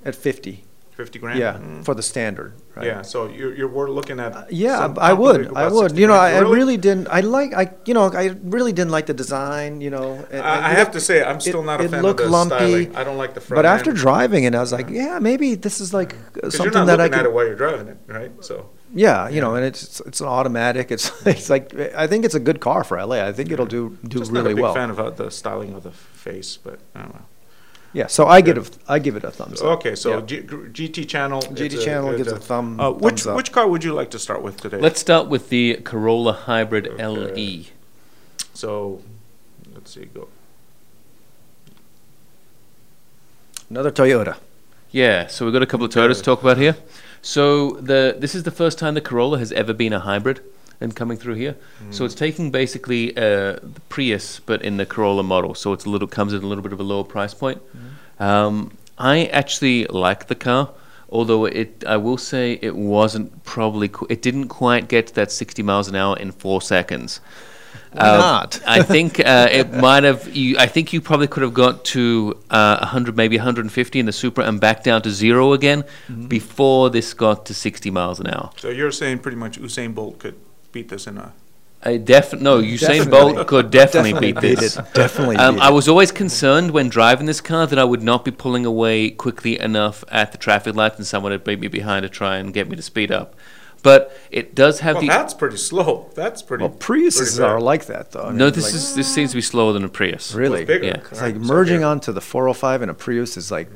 D: at 50.
B: Fifty grand.
D: Yeah,
B: Mm.
D: for the standard. Right? Uh,
B: Yeah. So you're you're we're looking at.
D: Yeah,
B: some
D: I would.
B: company
D: I
B: about
D: would.
B: 60
D: You know, I,
B: grand.
D: I really didn't. I like. I you know, I really didn't like the design. You know, and- and
B: I, I
D: it
B: have
D: looked-
B: to say, I'm still not a fan of the styling. I don't like the front.
D: But after
B: end.
D: driving it, I was like, yeah, maybe this is like uh,
B: 'Cause
D: something
B: you're not
D: that I
B: looking at
D: could.
B: it while you're driving it, right? So
D: yeah, you know, and it's it's an automatic. It's it's like I think it's a good car for LA. I think it'll do do
B: just not
D: really
B: a big
D: well.
B: fan of uh, the styling of the face, but I don't know.
D: Yeah, so I give it a, I give it a thumbs up.
B: Okay, so
D: Yeah.
B: G- GT channel.
D: GT
B: it's a-
D: channel
B: it's
D: gives a thumb-
B: Uh, which
D: thumbs up.
B: which car would you like to start with today?
C: Let's start with the Corolla Hybrid E. LE.
B: Okay. so let's see. Go. Oh.
D: another Toyota.
C: Yeah, so we've got a couple of Toyotas to talk about here. So the this is the first time the Corolla has ever been a hybrid and coming through here. So it's taking basically uh, the Prius, but in the Corolla model. So it's a little comes at a little bit of a lower price point. Um, I actually like the car, although it I will say it wasn't probably qu- it didn't quite get to that 60 miles an hour in four seconds.
D: Why
C: Um,
D: not?
C: I think uh, it might have. You, I think you probably could have got to uh, 100, maybe 150 in the Supra, and back down to zero again
D: Mm-hmm.
C: before this got to 60 miles an hour.
B: So you're saying pretty much Usain Bolt could beat this in a.
C: I def- no, Usain
D: Definitely.
C: Bolt could definitely, beat
D: beat
C: this.
D: it. Definitely
C: Um,
D: beat
C: I
D: it.
C: was always concerned when driving this car that I would not be pulling away quickly enough at the traffic light, and someone would beat me behind to try and get me to speed up. But it does have
B: Well,
C: the
B: that's pretty slow. That's pretty.
D: Well,
B: pretty
D: Priuses
B: bad.
D: are like that though. I
C: no.
D: mean,
C: This is
D: like-
C: this seems to be slower than a Prius.
D: really
B: bigger.
C: yeah.
D: It's like
B: Alright, so Mm.
D: merging
B: here.
D: onto the 405 and a Prius is like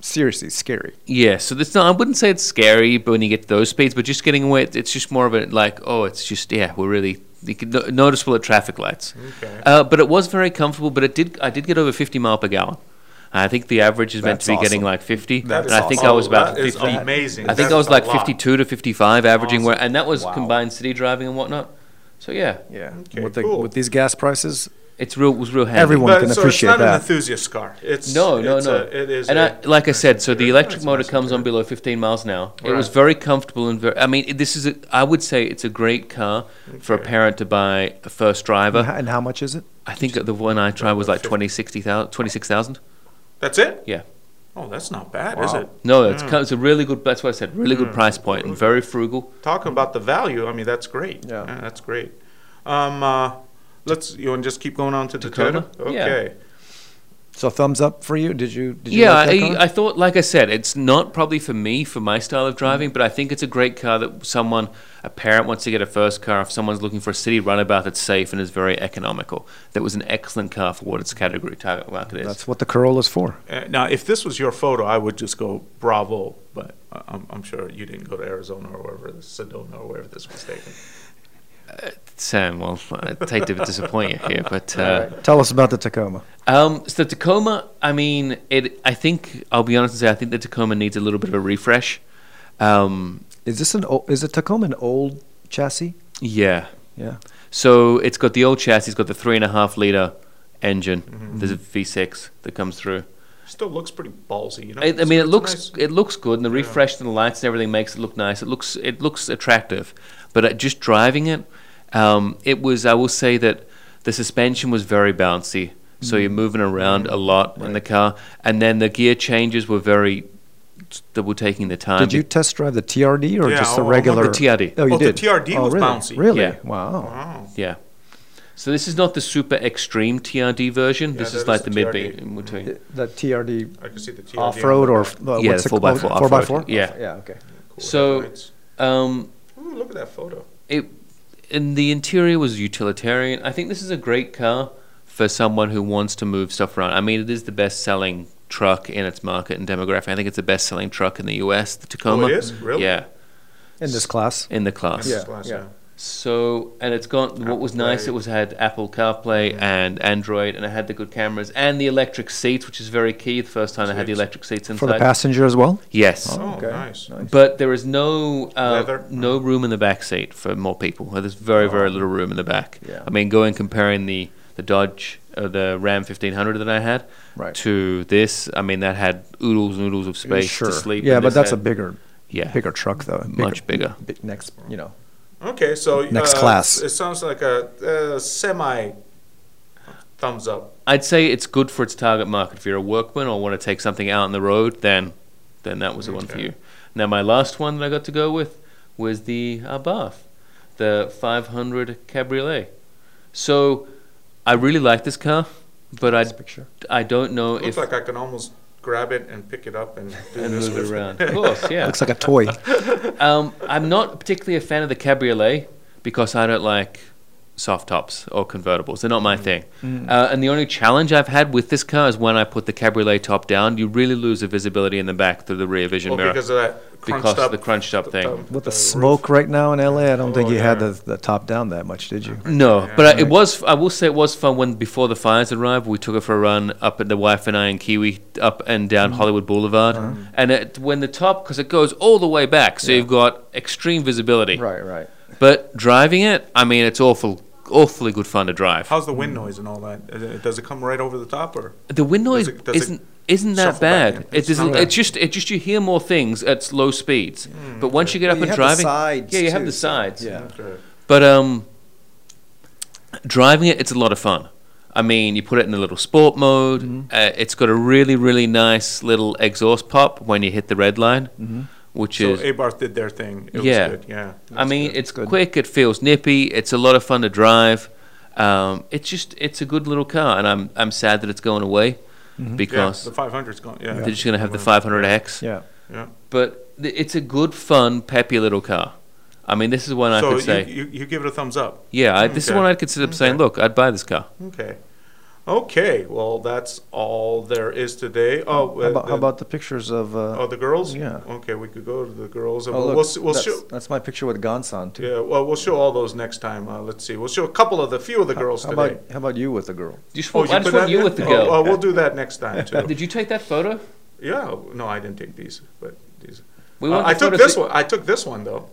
D: seriously scary.
C: Yeah, so that's not. I wouldn't say it's scary, but when you get to those speeds, but just getting away, it- it's just more of a like, oh, it's just yeah, we're really you can, no, noticeable at traffic lights.
B: Okay.
C: Uh, but it was very comfortable. But it did, I did get over fifty mile per gallon. I think the average is meant
D: That's
C: to be getting
D: awesome.
C: like fifty,
B: That
C: and
B: is
C: I think
B: awesome.
C: I was about
B: That is
C: fifty.
B: amazing.
C: I think
B: That's
C: I was
B: a
C: like
B: lot.
C: fifty-two to fifty-five, averaging
B: Awesome.
C: where, and that was
B: Wow.
C: combined city driving and whatnot. So yeah,
D: Yeah.
B: Okay,
D: with the,
B: cool.
D: with these gas prices,
C: it's real. Was real handy.
D: Everyone-
B: But-
D: can
B: so
D: appreciate
B: it's not an
D: that.
B: enthusiast car. It's
C: No, no,
B: it's
C: no.
B: A, it is.
C: And
B: a-
C: I, like I said, so the electric
B: That's
C: motor
B: nice
C: comes on
B: interior.
C: below 15 miles an hour. It was
B: Right.
C: very comfortable and very. I mean, it- this is. A, I would say it's a great car for a
B: Okay.
C: parent to buy a first driver.
D: and how- and how much is it?
C: I think the one I tried was like 20, 60,000 26,000.
B: That's it.
C: Yeah.
B: Oh, that's not bad, is it?
C: No, it's, co- it's a really good. That's what I said. Really
B: Hmm.
C: good price point and very frugal.
B: Talking about the value, I mean, that's great.
D: Yeah.
B: that's great. Um, uh, let's you want to just keep going on to
C: Tacoma?
B: Dakota.
C: Yeah.
B: Okay.
D: So thumbs up for you. Did you? Did you
C: Yeah,
D: like that car?
C: I, I thought, like I said, it's not probably for me, for my style of driving, but I think it's a great car that someone, a parent wants to get a first car, if someone's looking for a city runabout that's safe and is very economical. That was an excellent car for what its category target market is.
D: That's what the Corolla's for.
B: Uh, now, if this was your photo, I would just go bravo, but I- I'm, I'm sure you didn't go to Arizona or wherever, this, Sedona or wherever this was taken.
C: Sam, well, I'd hate to disappoint you here, but. Uh,
D: Tell us about the Tacoma.
C: Um, so the Tacoma, I mean, it. I think I'll be honest and say I think the Tacoma needs a little bit of a refresh. Um,
D: Is this an? o- Is the Tacoma an old chassis?
C: yeah,
D: Yeah.
C: So it's got the old chassis, it's got the three and a half liter engine.
B: Mm-hmm.
C: There's a V6 that comes through.
B: Still looks pretty ballsy, you know.
C: I, I
B: It's-
C: mean, it
B: it's
C: looks
B: nice.
C: it looks good, and the refresh and the lights and everything makes it look nice. It looks it looks attractive, but uh, just driving it, um, it was. I will say that the suspension was very bouncy, so
B: Mm.
C: you're moving around a lot in the car, and then the gear changes were very. That were taking the time.
D: Did you test drive the TRD or
B: Yeah,
D: just
B: I want
D: the
B: the
D: regular?
C: TRD.
D: Oh, you
B: Oh, the
D: did.
B: TRD
D: oh,
B: was
D: really?
B: bouncy. Uh-huh.
D: Really?
C: Yeah.
D: Wow.
B: Wow.
C: Yeah. So this is not the super extreme TRD version. this
B: that
C: is
B: is
C: like
B: the
C: the mid
B: TRD.
C: in between.
D: The TRD
B: I can see the TRD. on the
D: off-road or uh,
B: back.
C: Yeah,
D: what's
C: the 4x4
D: it called? four by
C: off-road.
D: four.
C: Yeah.
D: Yeah. Okay.
B: Cool,
C: so-
B: headlights.
C: Um,
B: Ooh, look at that photo.
C: it and the interior was utilitarian. I think this is a great car for someone who wants to move stuff around. I mean, it is the best selling truck in its market and demographic. I think it's the best selling truck in the US, the Tacoma.
B: is? Really?
C: Yeah,
D: In this class.
C: in the class.
B: Nice
D: Yeah,
B: glass,
D: yeah.
B: yeah.
C: So and it's got what was nice. It was had Apple CarPlay and Android, and it had the good cameras and the electric seats, which is very key. The first time I had the electric seats inside.
D: for the passenger as well.
C: Yes,
B: Oh,
D: Okay.
B: nice.
C: but there is no uh,
B: Leather?
C: no room in the back seat for more people. There's very very little room in the back.
D: Yeah.
C: I mean, going comparing the the Dodge, uh, the Ram 1500 that I had,
D: Right.
C: to this, I mean that had oodles and oodles of space to sleep.
D: Yeah,
C: and
D: but
C: this
D: that's a
C: had-
D: bigger,
C: yeah
D: bigger truck though.
C: Much bigger.
D: Big next, you know.
B: Okay, so
D: Next
B: uh,
D: class.
B: It sounds like a, uh semi thumbs up.
C: I'd say it's good for its target market. If you're a workman or want to take something out on the road, then then that was the one for you. Now my last one that I got to go with was the Abarth, the 500 Cabriolet. So I really like this car, but I
D: picture.
C: I don't know
B: Looks
C: if
B: like I can almost grab it and pick it up and do
C: and
B: this
C: move it
B: with.
C: around. Of course, yeah.
D: Looks like a toy.
C: Um, I'm not particularly a fan of the cabriolet because I don't like soft tops or convertibles. They're not my thing. Uh, and the only challenge I've had with this car is when I put the cabriolet top down, you really lose the visibility in the back through the rear vision
B: Well,
C: mirror
B: Oh, because of that crunched
C: because of
B: up
C: the crunched up thing.
D: With the
B: roof.
D: smoke right now in LA, I don't think
B: Oh,
D: you had
B: yeah.
D: the, the top down that much, did you?
C: No, but I, it was. I will say it was fun when before the fires arrived, we took it for a run up at the wife and I and Kiwi up and down Hollywood Boulevard, and it, when the top because it goes all the way back, so you've got extreme visibility.
D: Right, right.
C: But driving it, I mean, it's awful, awfully good fun to drive.
B: How's the wind noise and all that? Uh, Does it come right over the top or?
C: The wind noise
B: Does it- does it
C: isn't isn't that
B: shuffle back
C: bad.
B: in?
C: It doesn't.
B: Okay.
C: It's just it just you hear more things at low speeds.
B: Hmm.
C: but once you get up
D: Well,
C: and
D: you have the
C: driving,
D: sides
C: yeah, you have
D: too,
C: the
D: so-
C: sides.
D: Yeah.
B: Okay.
C: But um, driving it, it's a lot of fun. I mean, you put it in a little sport mode.
D: Mm-hmm.
C: Uh, it's got a really really nice little exhaust pop when you hit the red line,
D: Mm-hmm.
C: which
B: So
C: is.
B: Abarth did their thing. It
C: Yeah.
B: was good. Yeah.
C: I mean, it's
D: good.
C: quick. It feels nippy. It's a lot of fun to drive. Um, it's just it's a good little car, and I'm I'm sad that it's going away
D: Mm-hmm.
B: Yeah,
C: because
B: the 500's gone. Yeah.
C: they're just going to have the 500X.
D: Yeah.
B: Yeah.
C: But th- it's a good, fun, peppy little car. I mean, this is one I
B: so
C: could say,
B: You, you, you give it a thumbs up.
C: yeah, I, this is
B: Okay. Oh,
C: one I'd consider saying, look, I'd buy this car.
B: Okay. Okay. Well, that's all there is today. Oh,
D: How about, how about the pictures of? Uh,
B: oh the girls?
D: Yeah.
B: Okay, we could go to the girls.
D: oh,
B: we'll,
D: look,
B: we'll, s- we'll
D: that's,
B: show.
D: that's my picture with Gonsan too.
B: Yeah. Well, we'll show all those next time. Uh, let's see. We'll show a couple of the few of the girls
D: how
B: today.
D: about how about you with the girl?
C: You just
B: Oh,
C: want, I
B: put
C: just want
B: that
C: you
B: in?
C: with the
B: Oh,
C: girl.
B: Oh, we'll do that next time too.
C: Did you take that photo?
B: yeah. No, I didn't take these, but these.
C: We
B: Uh,
C: want
B: I
C: the
B: took
C: photos
B: this
C: that-
B: one. I took this one though.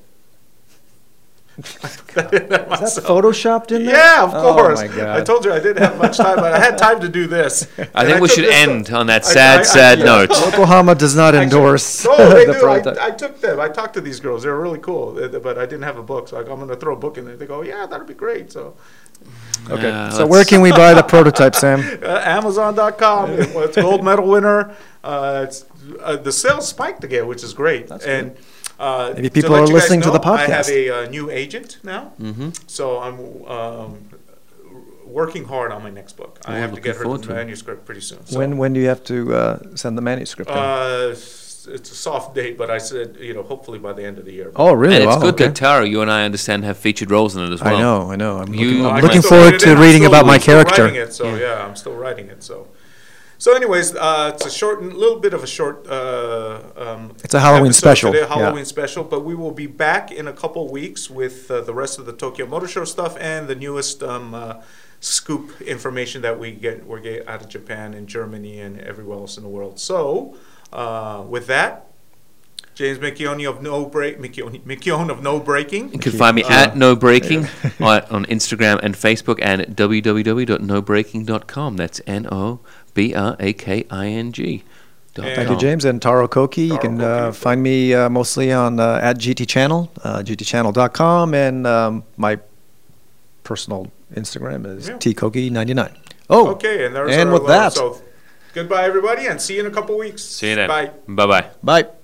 D: Is that photoshopped in there?
B: Yeah, of course.
D: Oh my
B: I
D: god.
B: told you I didn't have much time, but I had time to do this.
C: I
B: And
C: think we
B: took
C: should
B: this one.
C: end on that
B: I-
C: sad,
B: I- I-
C: sad
B: yeah.
C: note.
D: Yokohama does not
B: Actually,
D: endorse
B: No, they
D: the
B: do.
D: product.
B: I, I took them. I talked to these girls. They're really cool, Uh, but I didn't have a book, so I go, I'm going to throw a book in there. They go, yeah, that'd be great. So
D: okay.
C: Uh,
D: so where
C: let's-
D: can we buy the prototype, Sam?
B: uh, Amazon.com. Well, it's gold medal winner. Uh, it's uh, the sales spiked again, which is great. and uh,
D: Maybe
B: to
D: people
B: let
D: are
B: you guys
D: listening to
B: know,
D: the
B: I have
D: podcast. Mm-hmm.
B: a uh, new agent now, so I'm. Um, Working hard on my next book. I
C: Oh,
B: have to
C: looking
B: get her
C: forward
B: the
C: to it.
B: manuscript pretty soon. So.
D: When when do you have to uh, send the manuscript? in?
B: Uh, it's a soft date, but I said, you know, hopefully by the end of the year.
D: oh really?
C: and it's
D: Wow,
C: good
D: okay.
C: that Tara, you and I understand, have featured roles in it as well.
D: I know, I know. I'm
C: You-
D: looking, I'm
C: I'm
D: looking
B: still
D: forward
B: writing it.
D: to
B: I'm
D: reading
B: still-
D: about my
B: I'm still writing
D: character.
B: it, so yeah. I'm still writing it. So, so anyways, uh, it's a short, little bit of a short. Uh, um,
D: It's a Halloween
B: episode
D: special,
B: Today,
D: yeah.
B: Halloween special, but we will be back in a couple weeks with uh, the rest of the Tokyo Motor Show stuff and the newest. Um, uh, scoop information that we get we get out of Japan and Germany and everywhere else in the world. So, uh, with that, James Micchioni of No Break Micchioni, Micchione of No Breaking.
C: You can find me at No Breaking on, on Instagram and Facebook and at www.nobreaking.com. That's N O B R A K I N G.
D: Thank you, James and Taro Koki. You
B: Taro
D: can
B: Koki.
D: uh, find me uh, mostly on uh, at GT Channel, uh, GTChannel.com, and um, my personal Instagram is
B: Yeah.
D: tkoki99. Oh,
B: Okay, and there's
D: and
B: our
D: with
B: little-
D: that,
B: So, goodbye, everybody, and see you in a couple weeks.
C: See you then.
B: Bye.
C: Bye bye.
D: bye.